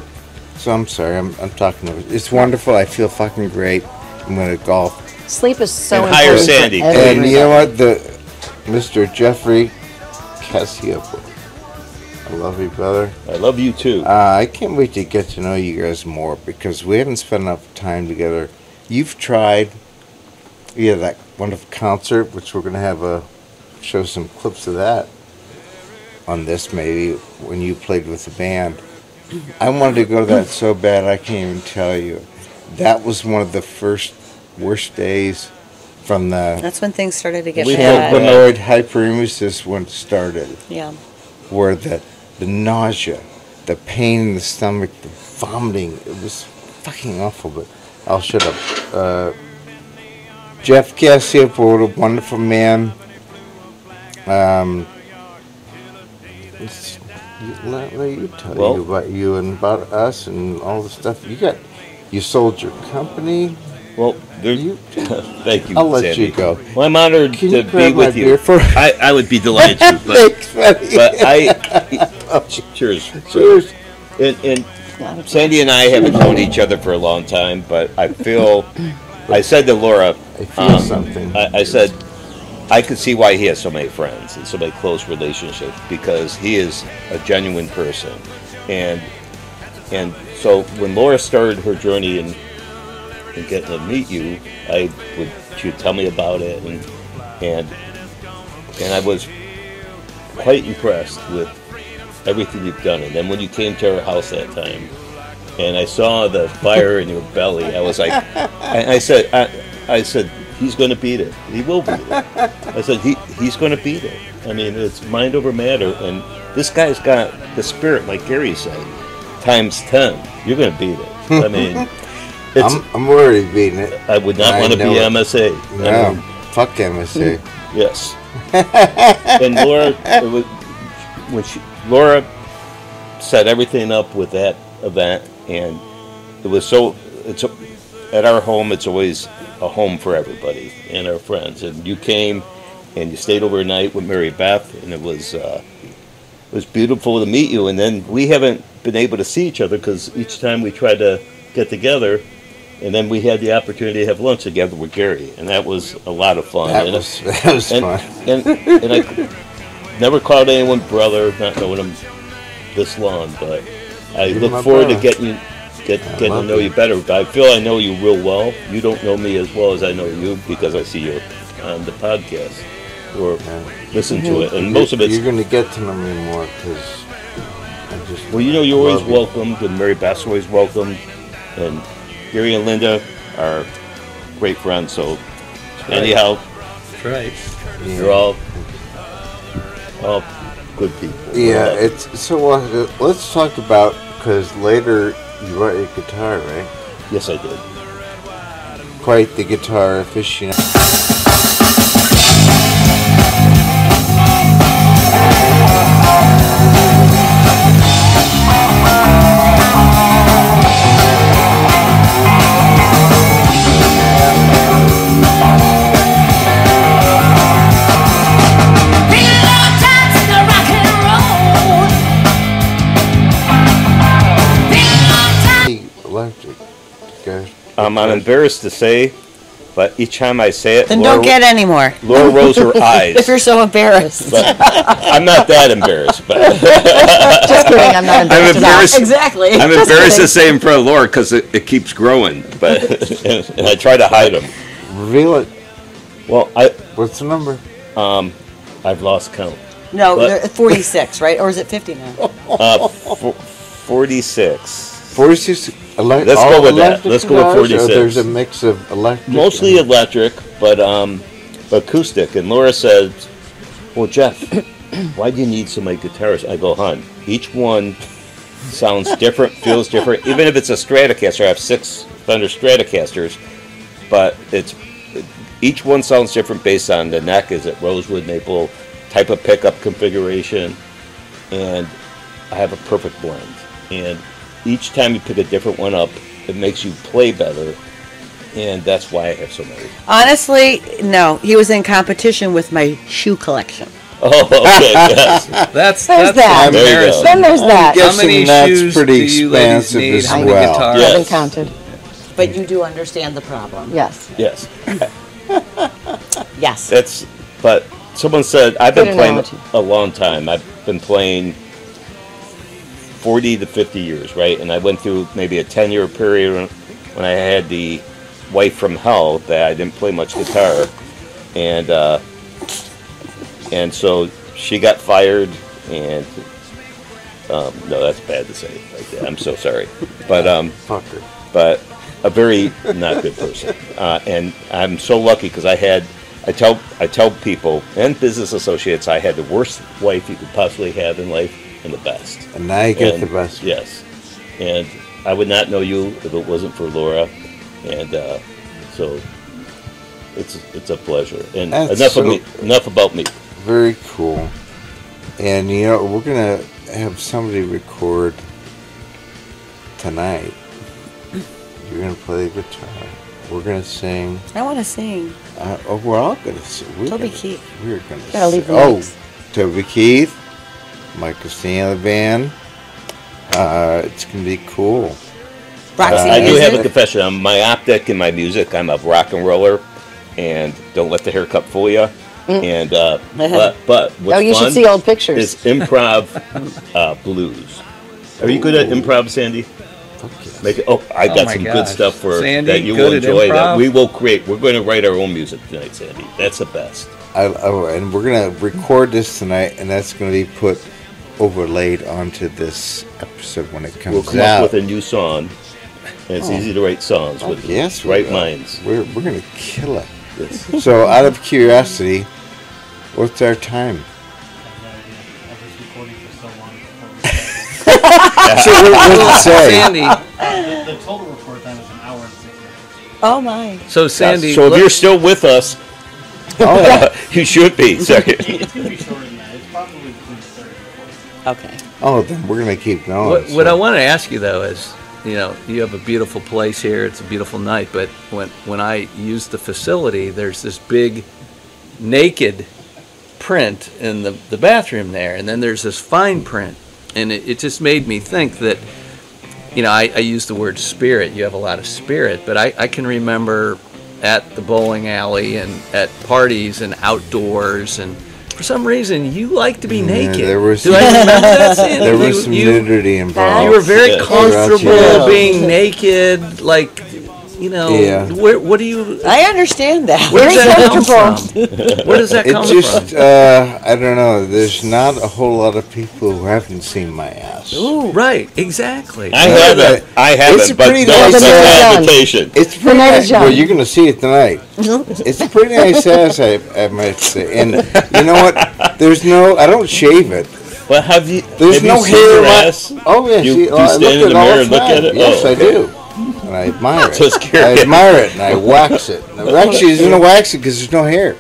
C: So I'm sorry. I'm I'm talking. Over. It's wonderful. I feel fucking great. I'm gonna golf.
B: Sleep is so
D: And
B: important.
D: hire
B: for
D: Sandy.
C: And you know what?
B: everybody.
C: The Mr. Jeffrey Cassiopo. I love you, brother.
D: I love you too.
C: Uh, I can't wait to get to know you guys more because we haven't spent enough time together. You've tried, yeah, that wonderful concert, which we're gonna have a show some clips of that on this maybe when you played with the band. I wanted to go to that so bad I can't even tell you. That was one of the first worst days from the
A: That's when things started to get
D: We
A: bad.
D: feel
C: cannabinoid hyperemesis when it started
A: yeah.
C: were the, the nausea, the pain in the stomach, the vomiting. It was fucking awful, but I'll shut up. Uh, Jeff Cassiope, what a wonderful man. Um, it's- you- let, let you tell
D: Well-
C: you about you and about us and all the stuff you got. You sold your company.
D: well, there, [LAUGHS]
C: you-
D: thank you.
C: I'll let
D: Sandy.
C: you go.
D: Well, I'm honored
C: Can you
D: to
C: grab
D: be
C: my
D: with you.
C: beer for-
D: [LAUGHS] I, I would
C: [LAUGHS]
D: be delighted to, but,
C: Thanks, buddy.
D: but
C: [LAUGHS]
D: I. [LAUGHS] cheers. bro.
C: Cheers.
D: And, and Sandy and I haven't known each other for a long time, but I feel. I said to Laura,
C: I feel
D: um,
C: something.
D: I, I said, I could see why he has so many friends and so many close relationships because he is a genuine person, and and so when Laura started her journey and and getting to meet you, I would she would tell me about it and and and I was quite impressed with everything you've done. And then when you came to our house that time, and I saw the fire in your belly,
C: [LAUGHS]
D: I was like, and I said, I, I said, he's going to beat it. He will beat it. I said, he, he's going to beat it. I mean, it's mind over matter, and this guy's got the spirit, like Gary said, times ten. You're going to beat it.
C: [LAUGHS]
D: I mean. It's,
C: I'm, I'm already beating it.
D: I would not
C: I
D: want to
C: know
D: be
C: it.
D: MSA. I
C: No,
D: mean,
C: fuck
D: [LAUGHS]
C: MSA. [LAUGHS]
D: yes. and Laura, it was, when she, Laura set everything up with that event, and it was so. It's a, at our home. It's always a home for everybody and our friends. And you came, and you stayed overnight with Mary Beth, and it was. Uh, it was beautiful to meet you, and then we haven't been able to see each other because each time we tried to get together, and then we had the opportunity to have lunch together with Gary, and that was a lot of fun.
C: That
D: And-
C: was [LAUGHS] that was
D: and,
C: fun.
D: and and I [LAUGHS] never called anyone brother, not knowing him this long, but I
C: You're my
D: look forward
C: brother.
D: to getting you get, getting to
C: love
D: know
C: you.
D: you better. But I feel I know you real well. You don't know me as well as I know you because I see you on the podcast or listen to it, and most of it's
C: You're gonna get to know me more because I just.
D: Well, you know, you're always
C: love you.
D: welcomed, and Mary Beth's always welcomed, and Gary and Linda are great friends. So, anyhow,
F: That's right.
C: Yeah.
D: you're all all good people.
C: Yeah,
D: We're all-
C: it's so. Uh, let's talk about because later you brought your guitar, right?
D: yes, I did.
C: Quite the guitar aficionado. Electric. Okay.
D: Um, I'm embarrassed to say, but each time I say it,
A: Then
D: Laura,
A: don't get any more
D: Laura rolls her
A: [LAUGHS] if
D: eyes.
A: you're so
D: [LAUGHS]
A: embarrassed. [LAUGHS]
D: But I'm not that embarrassed, but.
B: Just kidding. I'm not embarrassed.
D: I'm embarrassed.
A: exactly.
D: I'm embarrassed to say in front of Laura because it, it keeps growing, but [LAUGHS] and I try to hide them.
C: Reveal it.
D: Well, I
C: What's the number?
D: I've lost count.
A: No,
D: But-
A: they're 46, right? Or is it 50 now?
D: Uh, f- 46.
C: Forty-six. Elec-
D: Let's
C: all
D: go with that.
C: electric
D: Let's go with
C: guitars, or
D: 46.
C: There's a mix of electric.
D: Mostly
C: and-
D: electric, but um, acoustic. And Laura said, Well, [COUGHS] Jeff, why do you need so many guitars? I go, Hun, each one sounds different, feels different. Even if it's a Stratocaster, I have six Fender Stratocasters, but it's Each one sounds different based on the neck. Is it rosewood, maple, type of pickup configuration? And I have a perfect blend. And each time you pick a different one up, it makes you play better. And that's why I have so many. [LAUGHS]
A: Honestly, no. He was in competition with my shoe collection.
D: Oh, okay. yes.
F: That's that's
B: There's that.
F: the
D: There you go.
F: comparison.
B: Then there's that.
C: guess-
F: How many
C: Guessing that's
F: shoes
C: pretty
F: do you ladies
C: expansive
F: need
C: as well.
F: on the guitar?
D: Yeah.
B: I haven't
D: Yes.
B: counted.
A: But you do understand the problem.
B: Yes.
D: yes.
A: Yes.
D: That's, but someone said, I've been
B: Good
D: playing
B: analogy.
D: a long time. I've been playing 40 to 50 years, right? And I went through maybe a 10 year period when- when I had the wife from hell that I didn't play much guitar. And, uh, and so she got fired and, um, no, that's bad to say like that. I'm so sorry. But, um,
C: Fucker.
D: but a very not good person. Uh, and I'm so lucky because I had, I tell, I tell people and business associates, I had the worst wife you could possibly have in life and the best.
C: And now you get
D: And-
C: the best.
D: Yes, and I would not know you if it wasn't for Laura, and uh, so it's it's a pleasure. And
C: That's
D: enough
C: so-
D: of me. Enough about me.
C: Very cool. And you know, we're gonna have somebody record tonight. You're gonna play the guitar. We're gonna sing.
A: I want to sing.
C: Uh, oh, we're all gonna sing. We're
A: Toby
C: gonna,
A: Keith.
C: We're gonna
B: Gotta leave
C: sing.
B: the
C: Oh,
B: mix.
C: Toby Keith, Michael Stanley Band. Uh, it's gonna be cool.
A: Roxy
D: Uh, I do
A: Music.
D: have a confession. I'm myopic in my music. I'm a rock and roller, and don't let the haircut fool you. And
B: [LAUGHS]
D: uh, but but what's
B: Oh, Mm. you
D: fun
B: should see old [LAUGHS] pictures.
D: is improv uh, blues. Are you good at improv, Sandy? Make it, oh, I
F: Oh
D: got
F: my
D: some good
F: gosh.
D: stuff for
F: Sandy,
D: that you will
F: good at
D: enjoy. That
F: improv?
D: we will create. We're going to write our own music tonight, Sandy. That's the best.
C: I, oh, and we're gonna record this tonight, and that's gonna be put overlaid onto this episode when it comes
D: We'll come
C: out.
D: up with a new song. And
F: Oh.
D: it's easy to write songs with
C: yes, we
D: right
C: are.
D: minds.
C: We're we're gonna kill it.
D: Yes.
C: So, out of curiosity, what's our
F: [LAUGHS]
C: time? so what what does it say?
F: Sandy,
G: The total record time is an hour and six minutes.
A: Oh my.
F: so Sandy,
D: so if
F: let-
D: you're still with us,
C: [LAUGHS] Oh,
D: [LAUGHS] you should
C: [LAUGHS]
D: be. Sorry.
G: It's gonna be shorter than that. It's probably between thirty and forty.
A: Okay.
C: oh, then we're gonna keep going.
F: What,
C: so.
F: what I want to ask you though is, you know, you have a beautiful place here. It's a beautiful night, but when when I use the facility, there's this big naked print in the the bathroom there, and then there's this fine print, and it, it just made me think that. You know, I, I use the word spirit. You have a lot of spirit, but I, I can remember at the bowling alley and at parties and outdoors, and for some reason you like to be naked.
C: there was-
F: Do I remember that?
C: [LAUGHS]
F: Sandy?
C: there
F: You-
C: was some
F: you-
C: nudity involved.
F: you were very
D: Yeah.
F: comfortable
C: Yeah.
F: being naked, like, you know,
C: Yeah.
F: where, what do you,
A: I understand that.
F: where does
B: Very
F: that come from? Where does that
C: It
F: come
C: just, uh, I don't know. There's not a whole lot of people who haven't seen my ass.
F: from? Right, exactly.
D: I
C: Yeah,
D: haven't. I haven't.
C: it's
D: But
C: pretty
D: don't
B: nice.
D: send an
B: Done.
D: invitation.
C: It's pretty
B: night
C: nice.
B: is young.
C: Well, you're gonna see it tonight. it's a pretty nice ass, I, I might say. And you know what? There's no. I don't shave it.
D: Well, have you?
C: There's
D: have you
C: no
D: seen
C: hair
D: your
C: on my-
D: ass?
C: Oh yes,
D: You-
C: you,
D: you
C: oh, I
D: stand
C: look
D: in
C: at
D: the
C: all
D: mirror and look
C: time.
D: at it?
C: Yes,
D: Oh,
C: I
D: okay.
C: do. And I
D: [LAUGHS]
C: admire it.
D: Just
C: I
D: curious.
C: admire it and I wax it.
D: [LAUGHS]
C: No, Actually, there's no wax it because there's no hair.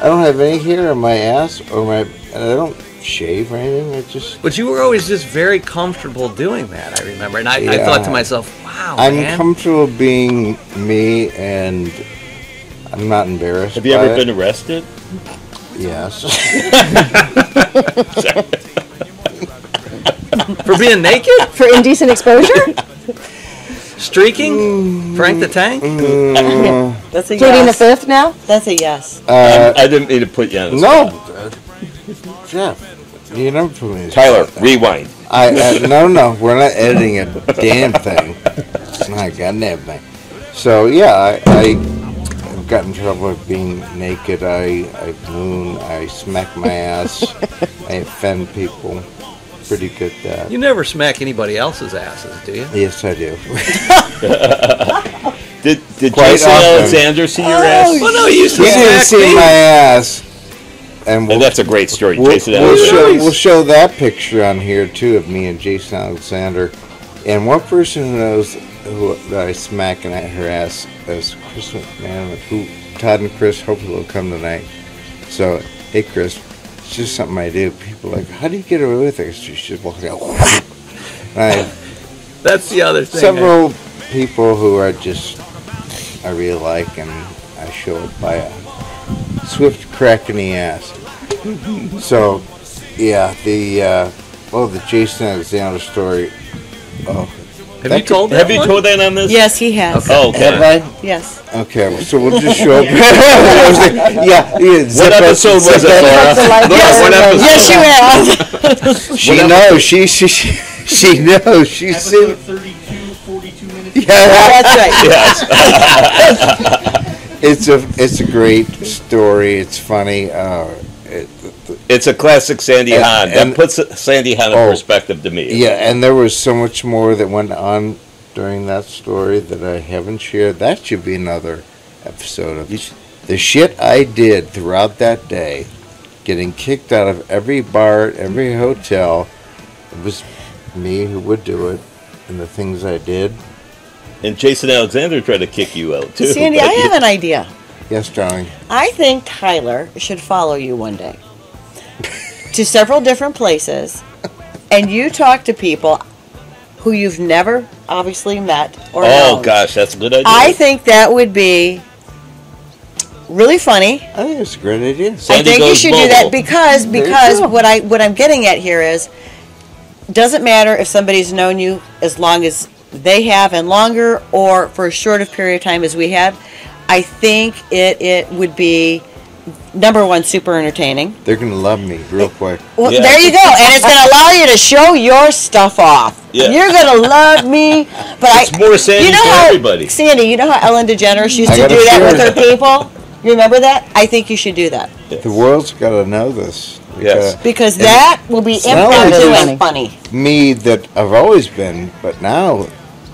C: I don't have any hair on my ass or my. And I don't shave or anything. I just.
F: But you were always just very comfortable doing that, I remember. And I, I
C: Yeah.
F: thought to myself, wow,
C: I'm
F: man.
C: comfortable being me, and I'm not embarrassed.
D: Have you
C: by
D: ever
C: it.
D: been arrested?
C: Yes. [LAUGHS]
F: For being naked?
B: For
D: [LAUGHS]
B: indecent exposure?
C: Mm.
F: Streaking? Frank the Tank?
A: That's a
B: Pleading the
A: yes.
B: fifth now?
A: That's a yes.
C: Uh,
D: I didn't mean to put you on. The spot.
C: no, uh, Jeff, you never put me. in
D: Tyler,
C: spot.
D: rewind.
C: I, I no no, we're not editing a damn thing. My goddamn thing. So yeah, I, I I've got in trouble with being naked. I I moon. I smack my ass. I offend people. Pretty good at that.
F: You never smack anybody else's asses, do
C: [LAUGHS]
F: you?
C: Yes, I do.
D: Did Did
C: Quite
D: Jason
C: often. Oh,
D: Alexander see your ass?
F: Well, no, you used
C: you
F: to
C: didn't
F: smack
C: see
F: me.
C: my ass. And
D: And
C: we'll,
D: that's a great story,
C: we'll,
D: Jason
C: we'll
D: Alexander.
C: show, we'll show that picture on here too of me and Jason Alexander. And one person who knows who that I smack and at her ass is Chris McManaman, who Todd and Chris hopefully will come tonight. So, hey, Chris, it's just something I do. People are like, how do you get away with it? She's just walking [LAUGHS] out. I
F: That's the other thing.
C: several people who are just I really like, and I show it by a swift crack in the ass. so, yeah, the uh, well, the Jason Alexander story. Oh,
F: Have you told that
D: Have you
F: one?
D: told that on this?
A: Yes, he has.
D: Oh,
C: have
D: okay.
C: I?
A: Yes.
C: Okay, well, so we'll just show up. [LAUGHS] I was like, yeah, yeah. zip
D: What
C: it,
D: episode
C: zip
D: was it,
C: it.
D: Laura? Laura, what episode?
A: Yes, you
B: [LAUGHS]
A: have.
C: She knows. She she she, [LAUGHS] she knows. She's seen. [LAUGHS]
G: Episode 32, 42 minutes.
A: That's right.
C: It's a it's a great story. It's funny. Uh, it,
D: It's a classic Sandy
C: And-
D: Hahn.
C: and-
D: that puts Sandy Hahn in
C: Oh.
D: perspective to me.
C: Yeah, and there was so much more that went on during that story that I haven't shared. That should be another episode of
D: You should-
C: the shit I did throughout that day, getting kicked out of every bar, every hotel. It was me who would do it, and the things I did.
D: And Jason Alexander tried to kick you out too.
A: Sandy,
D: but
A: I
D: you-
A: have an idea.
C: Yes, darling.
A: I think Tyler should follow you one day to several different places, and you talk to people who you've never obviously met or
D: Oh
A: known.
D: gosh, that's a good idea.
A: I think that would be really funny.
C: I think it's a great idea.
A: I
D: Sandy
A: think you
D: goes
A: should do
D: mobile.
A: that because
C: There you
A: because
C: go.
A: what I what I'm getting at here is doesn't matter if somebody's known you as long as they have and longer or for as short a period of time as we have. I think it it would be number one super entertaining.
C: They're gonna love me real quick.
A: [LAUGHS] Well,
D: Yeah.
A: there you go, and it's going to allow you to show your stuff off.
D: Yeah.
A: You're going to love me, but
D: It's
A: I
D: more Sandy
A: you know
D: for
A: how,
D: everybody.
A: Sandy, you know how Ellen DeGeneres used
C: I
A: to
C: gotta [LAUGHS]
A: do that
C: share
A: with her
C: that.
A: people. You remember that? I think you should do that.
C: The world's gotta know this. Uh, They
D: Yes.
C: gotta-
A: Because that will be
C: not
A: impromptu
B: really
A: and funny.
C: me that I've always been, but now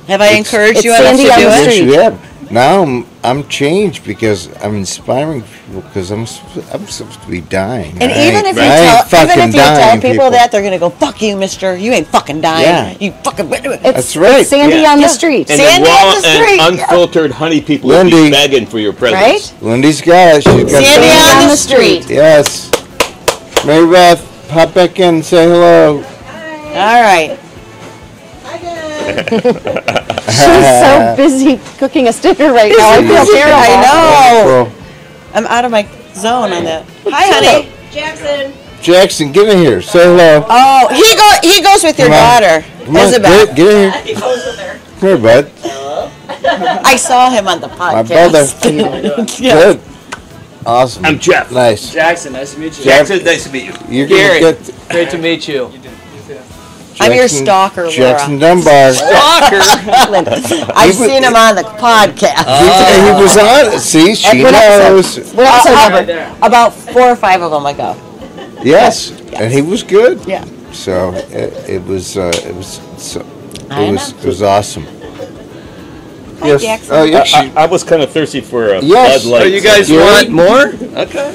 A: Have I
C: It's-
A: encouraged
B: it's
A: you enough to
B: Sandy
A: do
B: on the
A: it?
C: Yes,
B: street.
C: you have. Now I'm I'm changed because I'm inspiring people because I'm sup- I'm supposed to be dying.
A: And
C: I
A: even
C: ain't-
A: if you
C: I ain't
A: tell even
C: fucking
A: if you tell
C: dying,
A: people, that, they're gonna go, "Fuck you, Mister. You ain't fucking dying.
C: Yeah.
A: You fucking."
B: It's,
C: That's right.
B: it's Sandy
D: Yeah.
B: on the
A: Yeah.
B: street,
D: and
A: Sandy
D: the raw
A: on the street.
D: and unfiltered honey people would
C: Lindy.
D: be begging for your presence.
B: right?
C: Lindy's got it. She's got
A: Sandy on
C: it.
B: on
A: the
B: the
A: street.
C: Yes, Mary Beth, pop back in, and say hello.
A: All right.
B: She's
C: [LAUGHS]
B: so busy cooking us dinner right now. I feel
A: busy.
B: terrible.
A: I know. Oh.
C: Well,
A: I'm out of my zone on that. Hi, honey.
E: Jackson.
C: Jackson, get in here. Say hello.
A: Oh, he go he goes with your
C: Come on.
A: daughter,
C: Come on,
A: Isabel.
C: get, get in here.
E: He goes with her.
C: Come here, bud.
A: I saw him on the
C: My
A: podcast.
C: brother.
A: Yeah.
C: Good. Awesome.
D: I'm Jeff.
C: Nice.
H: Jackson, nice to meet you.
D: Jackson, nice to meet you.
C: You're
H: Gary.
C: gonna get
H: Great to meet you.
A: I'm your
C: Jackson-
A: stalker, Laura. Oh.
C: Jackson Dunbar. [LAUGHS]
A: I've seen him on the podcast.
C: He-
A: [LAUGHS]
C: he was on it. See, she
A: What
C: knows.
A: episode? What episode
B: Uh,
A: number? About four or five of them ago.
C: Yes, and he was good.
A: Yeah.
C: So it, it was. Uh, it was. So,
A: I
C: it was. It was awesome. yes.
A: Jackson.
C: Oh,
D: I,
C: yeah. she-
D: I- I was kind of thirsty for a
C: Yes.
D: Bud Light.
F: Oh, you guys
D: so-
C: Gary?
F: want more? Okay.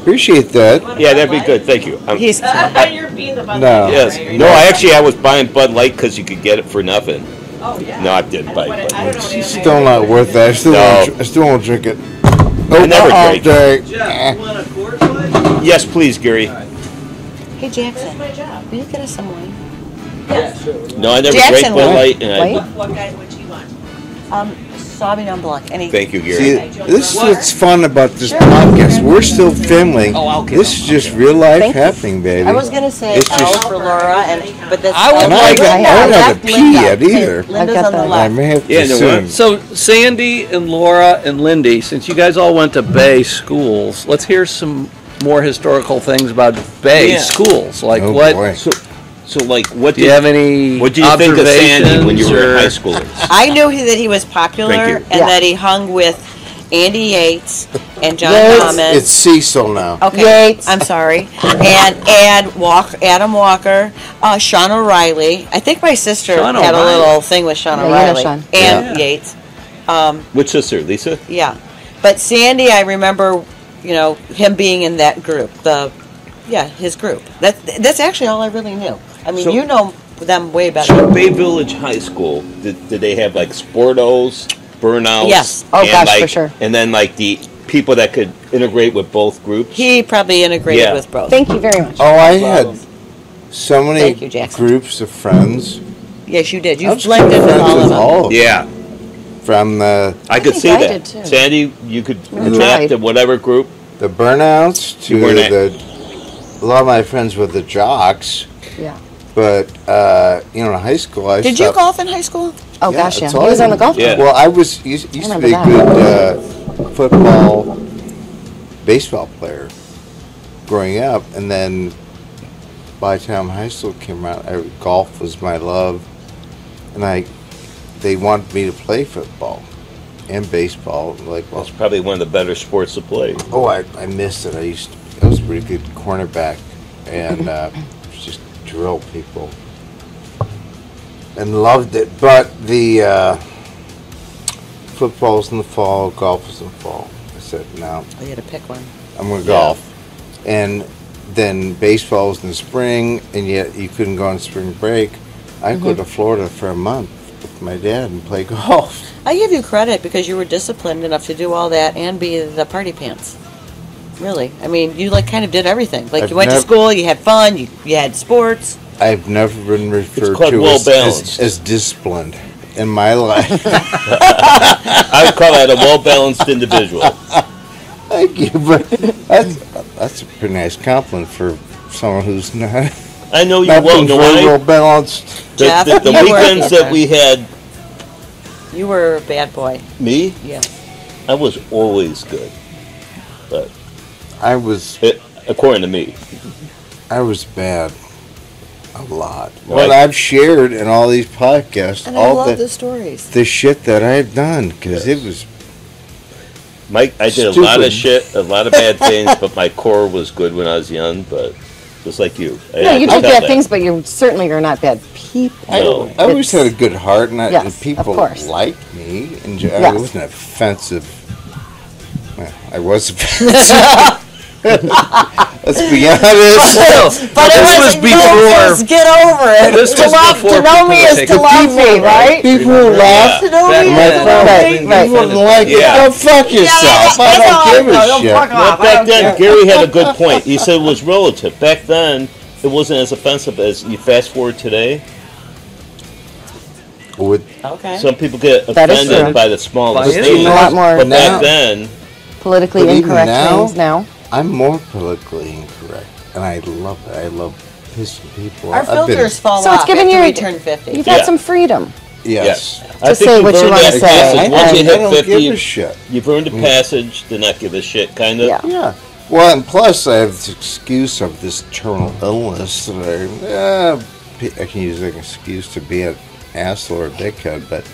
C: appreciate that.
D: Yeah, that'd be good. Thank you. I'm-
A: He's
B: Uh,
E: I thought you were being the bus.
C: No.
D: yes.
E: Right?
D: No, I actually I was buying Bud Light because you could get it for nothing.
E: Oh, yeah.
D: No, I didn't buy
E: What- I don't
D: Bud
E: know
D: Light.
E: what
C: She's
E: it is.
C: still not worth that. I still.
D: No.
C: Won't, dr- I still won't drink it. Oh,
D: never
C: uh-uh,
D: drink.
C: Derek.
H: Jeff,
C: Eh.
H: you want a Coors Light?
D: Yes, please, Gary.
A: hey Jackson.
E: That's my job.
A: Will you get us some wine?
H: Yeah, sure.
D: No, I never
A: Jackson
D: drank Bud
A: won't.
D: Light, and I
B: Wait.
D: would-
E: What guy would you want?
A: Um, Sauvignon Blanc. Any?
D: thank you, Gary.
C: See, this is what's fun about this podcast. We're still family.
H: Oh, I'll get
C: This
H: him.
C: is just real life
B: Thank you.
C: happening, baby.
A: I was gonna say
C: It's
A: L
C: just-
A: for Laura, and but that's
F: I would
A: L.
C: and I,
B: like-
C: got, I
B: Linda,
C: don't
A: left
C: have to pee
A: Linda.
C: yet either.
A: Linda's
B: I
A: on the
B: got that.
C: I
A: left.
C: may have to
D: Yeah, no,
C: soon.
F: So Sandy and Laura and Lindy, since you guys all went to Bay schools, let's hear some more historical things about Bay
D: Yeah.
F: schools. Like
C: Oh,
F: what?
C: boy.
D: So, so like, what
F: Do you have any?
D: What do you think of Sandy when you were in high
F: observations
D: school?
A: I knew he- that he was popular
D: Thank you.
A: and
B: Yeah.
A: that he hung with Andy Yates and John
B: Yes.
A: Thomas.
C: It's Cecil now.
A: okay,
B: Yates.
A: I'm sorry, and and Walk Adam Walker, uh, Sean O'Reilly. I think my sister
F: Sean
A: had a
F: O'Reilly.
A: little thing with Sean
B: Yeah, you know
A: O'Reilly
B: Sean.
A: and
F: Yeah.
A: Yates.
D: Which sister, Lisa?
A: Yeah, but Sandy, I remember, you know, him being in that group. The yeah, his group. That that's actually all I really knew. I mean,
D: So-
A: you know them way better.
D: So Bay Village High School, did, did they have like Sportos? burnouts.
A: Yes.
B: Oh,
D: and,
B: gosh, for
D: like-
B: sure.
D: And then like the people that could integrate with both groups.
A: He probably integrated
D: Yeah.
A: with both.
B: Thank you very much.
C: Oh, I had so many
A: Thank you, Jackson.
C: groups of friends.
A: yes, you did. You
C: I'm
A: blended with
C: friends
A: all of them.
D: Oh. yeah,
C: From the,
D: I could
B: think
D: see
B: I
D: that.
B: did, too.
D: Sandy, you could
B: I
D: adapt
B: tried.
D: to whatever group.
C: the burnouts to
D: You weren't at-
C: the. A lot of my friends were the jocks,
B: Yeah.
C: but, uh, you know, in high school, I
A: Did you
C: stopped-
A: golf in high school?
B: Oh gosh, yeah.
C: that's
B: He
C: all
B: was
C: I
B: on the
C: did.
B: golf
D: Yeah.
B: course.
C: Well, I was used, used to
B: remember
C: be a
B: that.
C: good uh, football, baseball player growing up, and then by the time high school came around, I, golf was my love, and I they wanted me to play football and baseball. Like, well,
D: It's probably one of the better sports to play.
C: oh, I, I missed it. I used to, I was a pretty good cornerback, and uh, [LAUGHS] just drill people, and loved it. But the uh, football's in the fall, golf is in the fall. I said no,
A: Oh, you had to pick one.
C: I'm gonna golf, and then baseball was in the spring, and yet you couldn't go on spring break. I would go to Florida for a month with my dad and play [LAUGHS] golf.
A: I give you credit because you were disciplined enough to do all that and be the party pants. Really, I mean, you like kind of did everything. Like
C: I've
A: you went
C: nev-
A: to school, you had fun, you, you had sports.
C: I've never been referred
D: called
C: to as, as,
D: well-balanced.
C: as disciplined in my [LAUGHS] life.
D: I would call that a well balanced individual.
C: Thank you, but that's, that's a pretty nice compliment for someone who's not,
D: I know you
C: not
D: won't.
C: being
D: know
C: very well
D: why.
C: balanced.
D: The,
A: Jeff,
D: the, the
A: you were-
D: weekends that we had,
A: You were a bad boy.
D: me,
A: Yeah.
D: I was always good,
C: I was
D: eh, according to me.
C: I was bad a lot.
D: Right.
C: But I've shared in all these podcasts
A: And I
C: all
A: love
C: the,
A: the stories.
C: the shit that I have done because
D: Yes.
C: it was
D: Mike, I did a lot of
C: Stupid.
D: shit, a lot of bad things, but my core was good when I was young. But just like you, I-
B: No,
D: I
B: you
D: could tell
B: did bad
D: that.
B: things, but you certainly are not bad people.
C: I,
D: No.
C: I always
B: It's-
C: had a good heart and, I,
B: Yes,
C: and
B: of
C: people
B: course.
C: liked me and I
B: Yes.
C: wasn't offensive. Well, I
B: [LAUGHS]
C: was offensive. [LAUGHS] Let's be honest.
A: But
F: this
A: it
F: was
A: wasn't good, just get over it.
F: This
A: to
F: was
A: love,
F: before
A: to know me
F: people
A: is
F: take
A: to
F: the
A: love me, right?
C: People laughed
A: To know me
C: then,
A: is to
C: I
A: love
C: was
A: me.
B: Right, right.
C: People like it.
D: Yeah.
C: Go fuck yourself. I don't give a shit.
D: But back then, Gary had a good point. He said it was relative. Back then, it wasn't as offensive as you fast forward today.
C: Would
A: Okay.
D: Some people get
B: That is
D: offended
B: true.
D: by the smallest
F: By
D: things.
F: anything.
B: A lot more
D: But
C: now.
D: back then,
B: Politically
C: But even
B: incorrect
C: now-
B: things now.
C: I'm more politically incorrect, and I love it. I love pissing people.
A: Our
C: off. I've been-
A: filters fall
B: So it's
A: off
B: giving
A: after
B: you-
A: we turn 50.
B: You've had
D: Yeah.
B: some freedom.
C: yes.
D: I
B: Just
D: think
B: say
D: you've
B: what you
D: earned
B: wanna
D: that
B: say.
D: passage.
C: I,
B: and-
D: Once
C: I
D: you hit
C: don't give a
D: 50,
C: shit. Mm.
D: you've earned a passage to not give a shit, kind of.
B: Yeah.
C: Yeah. Well, and plus I have this excuse of this terminal illness that I, uh, I can use as an excuse to be an asshole or a dickhead, but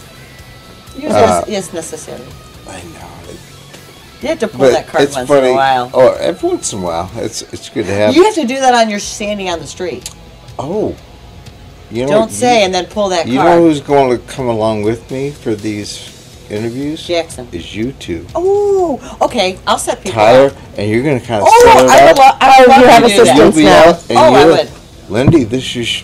C: Uh,
A: yes, yes, necessary.
C: I know. it-
A: You have to pull
C: But
A: that card
C: it's
A: once
C: funny.
A: in a while.
C: Oh, every once in a while, it's it's good to have.
A: You have to do that on your standing on the street.
C: Oh, you know,
A: Don't
C: you-
A: say and then pull that
C: You
A: card.
C: know who's going to come along with me for these interviews?
A: Jackson.
C: Is you two,
A: Oh, okay. I'll set people up.
C: Tyler, and you're going to kind of set
A: Oh,
C: it
A: I would
C: up.
A: love, I would
B: Oh,
A: love
B: you have
A: to do that.
B: assistants.
C: You'll be
B: now.
C: out, and
A: Oh, I
C: you're,
A: would.
C: Lindy, this is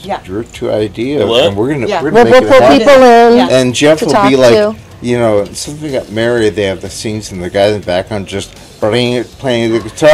A: Yeah.
C: your two idea,
D: What?
C: and we're going to
A: Yeah.
C: we're
B: We'll,
C: gonna
B: we'll
C: make
B: pull
C: it happen.
B: people in.
A: Yeah.
C: And Jeff
B: to
C: will be
B: talk
C: like,
B: to.
C: you know, something got married. They have the scenes, and the guy in the background just playing it, playing the guitar.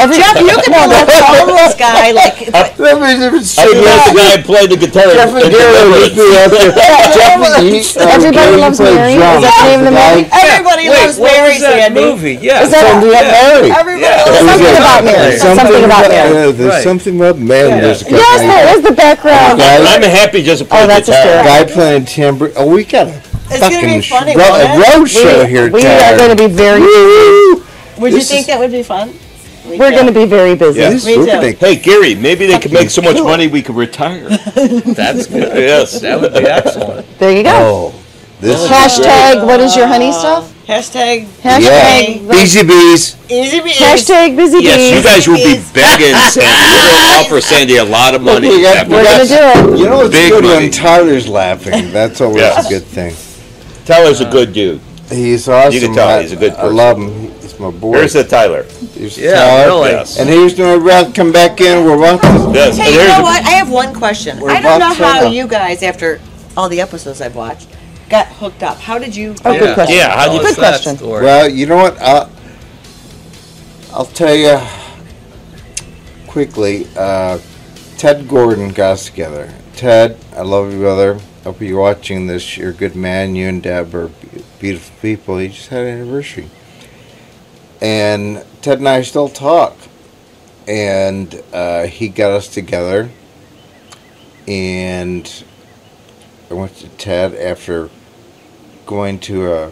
B: Every Jeff,
C: [LAUGHS]
B: you can pull
A: Like, follow this guy, like, but
C: that means it was
D: I
C: so
D: think that's the guy who played the guitar. in-
C: Jeff
D: in
C: and Gary would
D: Deliverance.
C: be out there. [LAUGHS] Jeff and he- uh,
B: Everybody
C: Gary
B: Loves
C: played
B: Mary? Is
C: drums.
B: that the name of the
C: guy-
B: movie?
A: everybody
F: Wait,
A: loves
F: what
A: Mary
F: was that
A: Sandy.
F: movie? Yeah.
B: Is that-
C: Something about Mary.
A: Everybody
F: Yeah.
A: loves
B: Something
A: Mary.
B: about Mary.
F: There's
B: Something about Mary.
C: Yeah, there's
F: Right.
C: something about Mary.
F: Yeah.
C: There's a guy
B: Yes,
C: playing-
B: that is the background.
C: guy,
D: I'm happy just to play
B: Oh, that's a
D: guitar.
B: story.
C: guy playing timbre. Oh, we got a
A: It's gonna
C: fucking
A: be
C: sh-
A: funny,
C: ro-
A: won't
C: a
A: it?
C: road show here,
B: We are
C: Tyler.
B: going to be very busy.
A: Would you
C: This
A: think
C: is-
A: that would be fun? We
B: We're
A: do.
B: going to be very busy.
D: Yeah.
C: This-
A: Me
C: we're
A: too.
C: gonna-
D: Hey Gary, maybe they could make so much money we could retire.
F: [LAUGHS] That's good.
D: yes.
F: That would be excellent.
B: There you go.
C: Oh, this is
B: Hashtag, what is your honey stuff?
A: Hashtag
B: Hashtag,
C: yeah. Easy bees.
A: easy be
B: hashtag busy
D: Yes, you
B: bees.
D: guys will be begging Sandy. You're gonna offer Sandy a lot of money.
C: we got-
D: after
B: We're
D: this.
B: going to do it.
C: You know what's
D: Big
C: good
D: money.
C: when Tyler's laughing. That's [LAUGHS] always
D: Yes.
C: a good thing.
D: Tyler's a good dude.
C: He's awesome.
D: tell
C: I,
D: he's a good
C: I love him. He's my boy.
D: Here's the Tyler.
C: He's
F: Yeah,
C: Tyler.
F: really.
D: Yes.
C: And here's no wrath. Come back in. We're welcome.
D: Yes. and
A: Hey, you
D: here's
A: know
D: the-
A: what? I have one question.
C: We're
A: I don't know
C: about to
A: how
C: turn up.
A: you guys, after all the episodes I've watched, got hooked up? How did you?
B: Oh, good
F: Yeah.
B: question.
D: Yeah, how do you-
F: Tell us
B: Good
F: that
B: question.
F: story.
C: Well, you know what? I'll, I'll tell you quickly. Uh, Ted Gordon got us together. Ted, I love you, brother. Hope you're watching this. You're a good man. You and Deb are be- beautiful people. He just had an anniversary. And Ted and I still talk. And uh, he got us together. And I went to Ted after going to a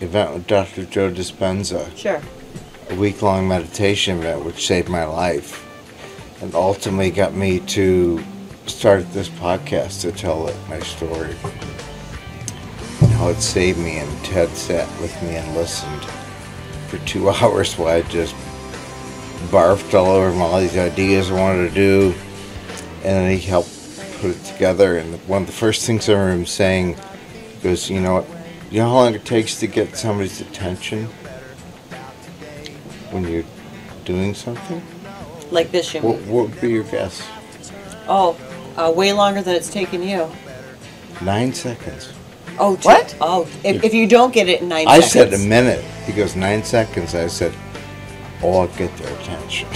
C: event with Dr. Joe Dispenza,
A: Sure.
C: a week long meditation event, which saved my life and ultimately got me to start this podcast to tell like, my story and how it saved me. And Ted sat with me and listened for two [LAUGHS] hours while I just barfed all over him all these ideas I wanted to do. And then he helped put it together. And one of the first things I remember him saying goes, you know what? You know how long it takes to get somebody's attention when you're doing something?
A: Like this, you
C: What,
A: mean?
C: what would be your guess?
A: Oh, uh, way longer than it's taken you.
C: Nine seconds.
A: Oh, t-
B: What?
A: Oh, if, if you don't get it in nine
C: I
A: seconds.
C: said a minute. He goes, nine seconds. I said, oh, I'll get their attention.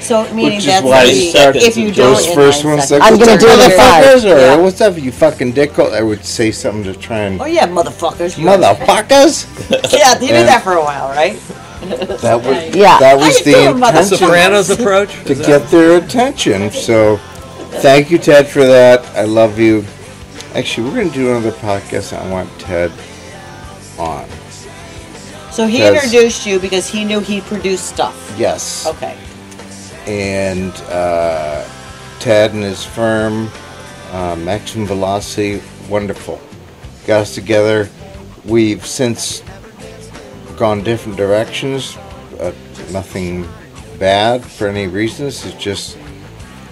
A: So meaning
C: Which is
A: that's
C: why I
A: the,
D: started
A: if
D: to
A: you [LAUGHS]
D: do
A: don't
C: Those
A: in
C: first
A: nine
C: ones,
A: seconds.
B: I'm gonna do it in five.
C: motherfuckers, or
A: Yeah.
C: what's up, you fucking dickhole? I would say something to try and,
A: Oh yeah,
C: [LAUGHS]
A: motherfuckers. you-
C: motherfuckers?
A: Yeah, you did
C: And-
A: that for a while, right?
C: That was,
B: Yeah.
C: that
A: How
C: was
A: you
C: the
A: doing, motherfucker?
C: intention.
F: Sopranos approach?
C: to
F: Is that-
C: get their attention. So, thank you, Ted, for that. I love you. Actually, we're going to do another podcast. I want Ted on.
A: So he
C: Because-
A: introduced you because he knew he produced stuff.
C: Yes.
A: Okay.
C: And uh, Ted and his firm, uh, Maximum Velocity, wonderful. Got us together. We've since gone different directions. Uh, nothing bad for any reasons. It's just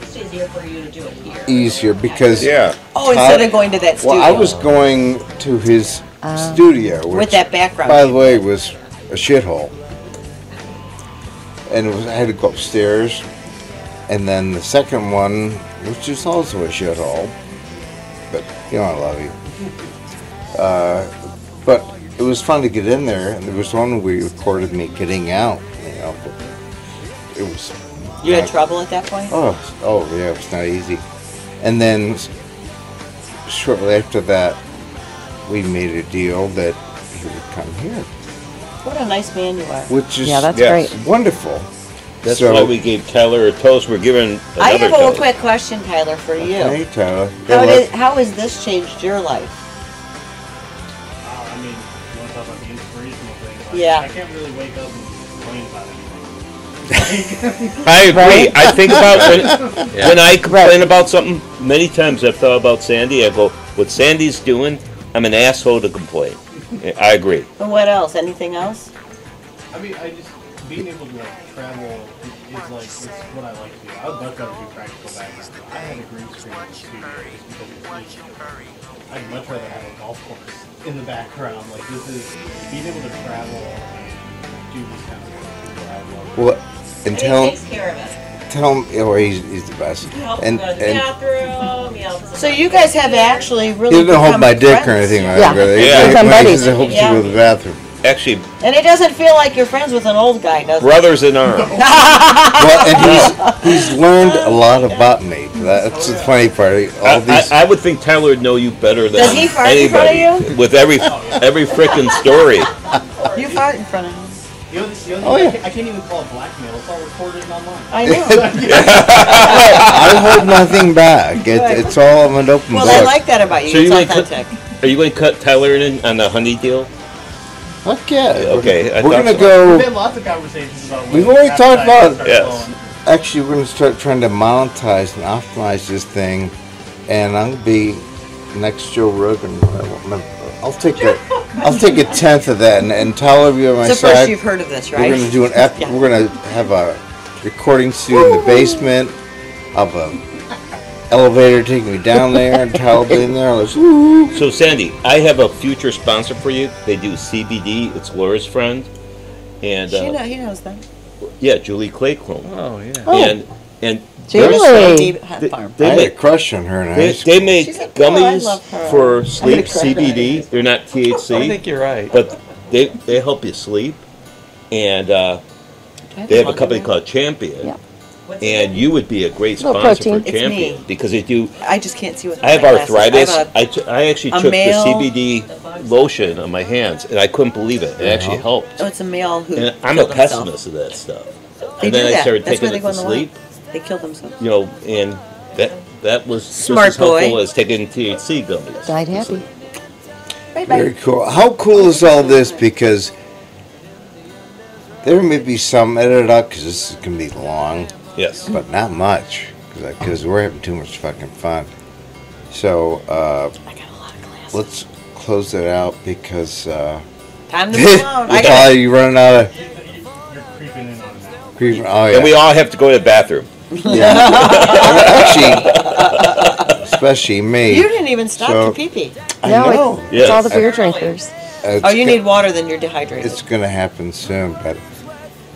E: It's easier for you to do it here.
C: easier because
D: Yeah.
A: Oh, instead
C: Todd-
A: of going to that studio Um,
C: Well, I was going to his studio, which,
A: with that background.
C: by the way, was a shithole. And it was, I had to go upstairs. And then the second one, which is also a shithole, but you know, I love you. Uh, but it was fun to get in there, and there was one we recorded me getting out, you know. but It was
A: you had trouble at that point.
C: Oh, oh yeah, it's not easy. And then s- shortly after that, we made a deal that he would come here,
A: What a nice man you are.
C: which is
B: Yeah, that's
D: Yes.
B: great.
C: wonderful.
D: That's
C: So-
D: why we gave Tyler a toast. We're giving another
A: I have a
D: toast.
A: quick question, Tyler, for you.
C: Hey, Tyler. Good
A: How
C: luck.
A: did how has this changed your life?
G: Wow, I mean, you want to talk about the inspirational thing? Like,
A: Yeah.
G: I can't really wake up and complain about anything.
D: I agree. I think about when,
F: Yeah.
D: when I complain about something. Many times I've thought about Sandy. I go, "What Sandy's doing, I'm an asshole to complain." I agree.
A: And what else? Anything else?
G: I mean, I just being able to like travel is like it's what I like to do. I would much rather do practical background. I had a green screen in the studio just because it's easier. I'd much rather have a golf course in the background. Like this is being able to travel and do this kind of work is
C: Well,
G: what I love.
C: and
E: And
C: tell
E: he
C: him,
E: takes care of it.
C: tell him, oh, he's, he's the best.
E: He helps
C: And
E: him go to the
C: and
E: bathroom. He helps him
A: So
E: with
A: you
E: the
A: guys have
E: computer.
A: actually really
C: he didn't hold
A: become
C: my dick or
A: friends.
C: anything like
B: Yeah.
C: that. but
D: Yeah.
C: he-
B: Become
C: he [LAUGHS]
B: buddies.
C: just hopes to go to the bathroom.
D: Actually,
A: And it doesn't feel like you're friends with an old guy, does it?
D: brothers in arms.
C: well, and
E: [LAUGHS]
C: he's he's learned a lot about me. That's the funny part.
D: I,
C: All these
D: I, I would think Tyler would know you better than
A: Does he fart in front of
D: anybody with every every freaking story.
A: You fart in front of him.
G: The other, the other
C: Oh,
G: thing,
C: yeah.
G: I, can't, I can't even call it blackmail. It's all recorded and online.
C: [LAUGHS]
A: I know.
C: I hold nothing back. It,
A: Right.
C: it's all I'm an open
A: Well,
C: book.
A: I like that about you.
D: So
A: it's
D: you like-
A: authentic.
D: Are you going to cut Tyler in on the honey deal?
C: Fuck yeah.
D: Okay, I
C: We're, we're gonna
D: thought so.
G: We've had
C: go.
G: lots of conversations about.
C: Oh. We've
G: women
C: already
G: after
C: talked
G: I
C: about-
G: started
D: Yes.
G: following.
C: Actually, we're gonna start trying to monetize and optimize this thing, and I'm gonna be next Joe Rogan. I won't remember. I'll take a, I'll take a tenth of that, and, and Tyler, you on my
A: It's the first
C: side.
A: you've heard of this,
C: we're
A: right?
C: gonna do an ep-
A: Yeah.
C: We're gonna have a recording studio in the basement of a elevator taking me down there, and Tyler being there. Let's
D: So Sandy, I have a future sponsor for you. They do CBD. It's Laura's friend, and
A: She
D: uh,
A: know, he knows that.
D: yeah, Julie Claycomb.
F: Oh, yeah.
D: And and
B: Julie.
D: there's-
B: Really?
A: Hemp
D: They-
A: farm.
D: they
C: I had a
D: make
C: crush on her in
D: they,
C: high school.
D: they make
A: She's a girl, I
D: gummies
A: love her.
D: for sleep
A: cry about
D: CBD. They're not
F: [LAUGHS] I
D: THC,
F: think you're right.
D: but they they help you sleep, and uh, they have a company called Champion.
B: Yep.
E: What's it
D: And you would be a great
B: Little
D: sponsor for
B: protein.
A: It's
D: Champion
A: me.
D: because they do.
A: I just can't see with
D: I have
A: my glasses.
D: arthritis.
A: I
D: I
A: have a-
D: t- I actually
A: a
D: took the
A: male-
D: CBD lotion on my hands, and I couldn't believe it. It actually helped.
A: oh, it's a male who.
D: And I'm a
A: killed himself.
D: pessimist of that stuff.
A: They
D: and
A: do
D: then
A: that.
D: I started
A: That's why
D: taking
A: they
D: it
A: go on
D: to
A: the walk.
D: sleep,
A: They killed
C: [LAUGHS]
A: themselves.
D: you know, and that that was
A: Smart
D: just as helpful
A: boy.
D: as taking THC gummies.
B: Died happy.
A: Bye
C: Very
A: bye.
C: cool. How cool is all this? Because there may be some edited out because this is going to be long,
D: Yes.
B: Mm-hmm.
C: but not much because we're having too much fucking fun. So uh,
A: I got a lot of glasses.
C: let's close it out because uh,
A: Time to move
C: [LAUGHS]
A: on. I
C: it's
A: got
C: all you running out of
G: You're creeping in on that.
C: creeping. Oh yeah,
D: And we all have to go to the bathroom.
C: actually,
A: [LAUGHS]
C: especially me.
A: You didn't even stop
C: So-
A: to pee pee.
C: I
B: no, it-
C: know.
B: it's all
D: Yes.
B: the beer drinkers.
C: It's
A: Oh, you
C: go-
A: need water, then you're dehydrated.
C: Uh, It's going to happen soon, but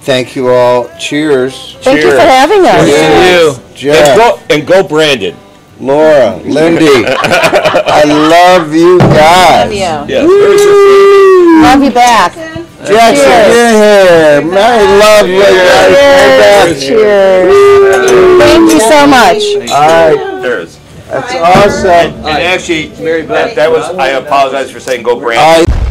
C: thank you all. Cheers,
B: Thank you for
D: Cheers.
B: having us.
C: Cheers. Jeff.
D: And go and go Brandon.
C: Laura, Lindy. I love you guys. Uh-huh.
B: Love you.
D: Yes.
B: Love you back.
C: Jackson,
B: Cheers.
C: you're here. My love, you guys.
B: Cheers. Cheers. Thank you so much.
C: All right,
D: Cheers.
C: that's awesome.
D: And actually,
H: Mary Beth.
D: that was I apologize for saying go Brandon.
C: All right.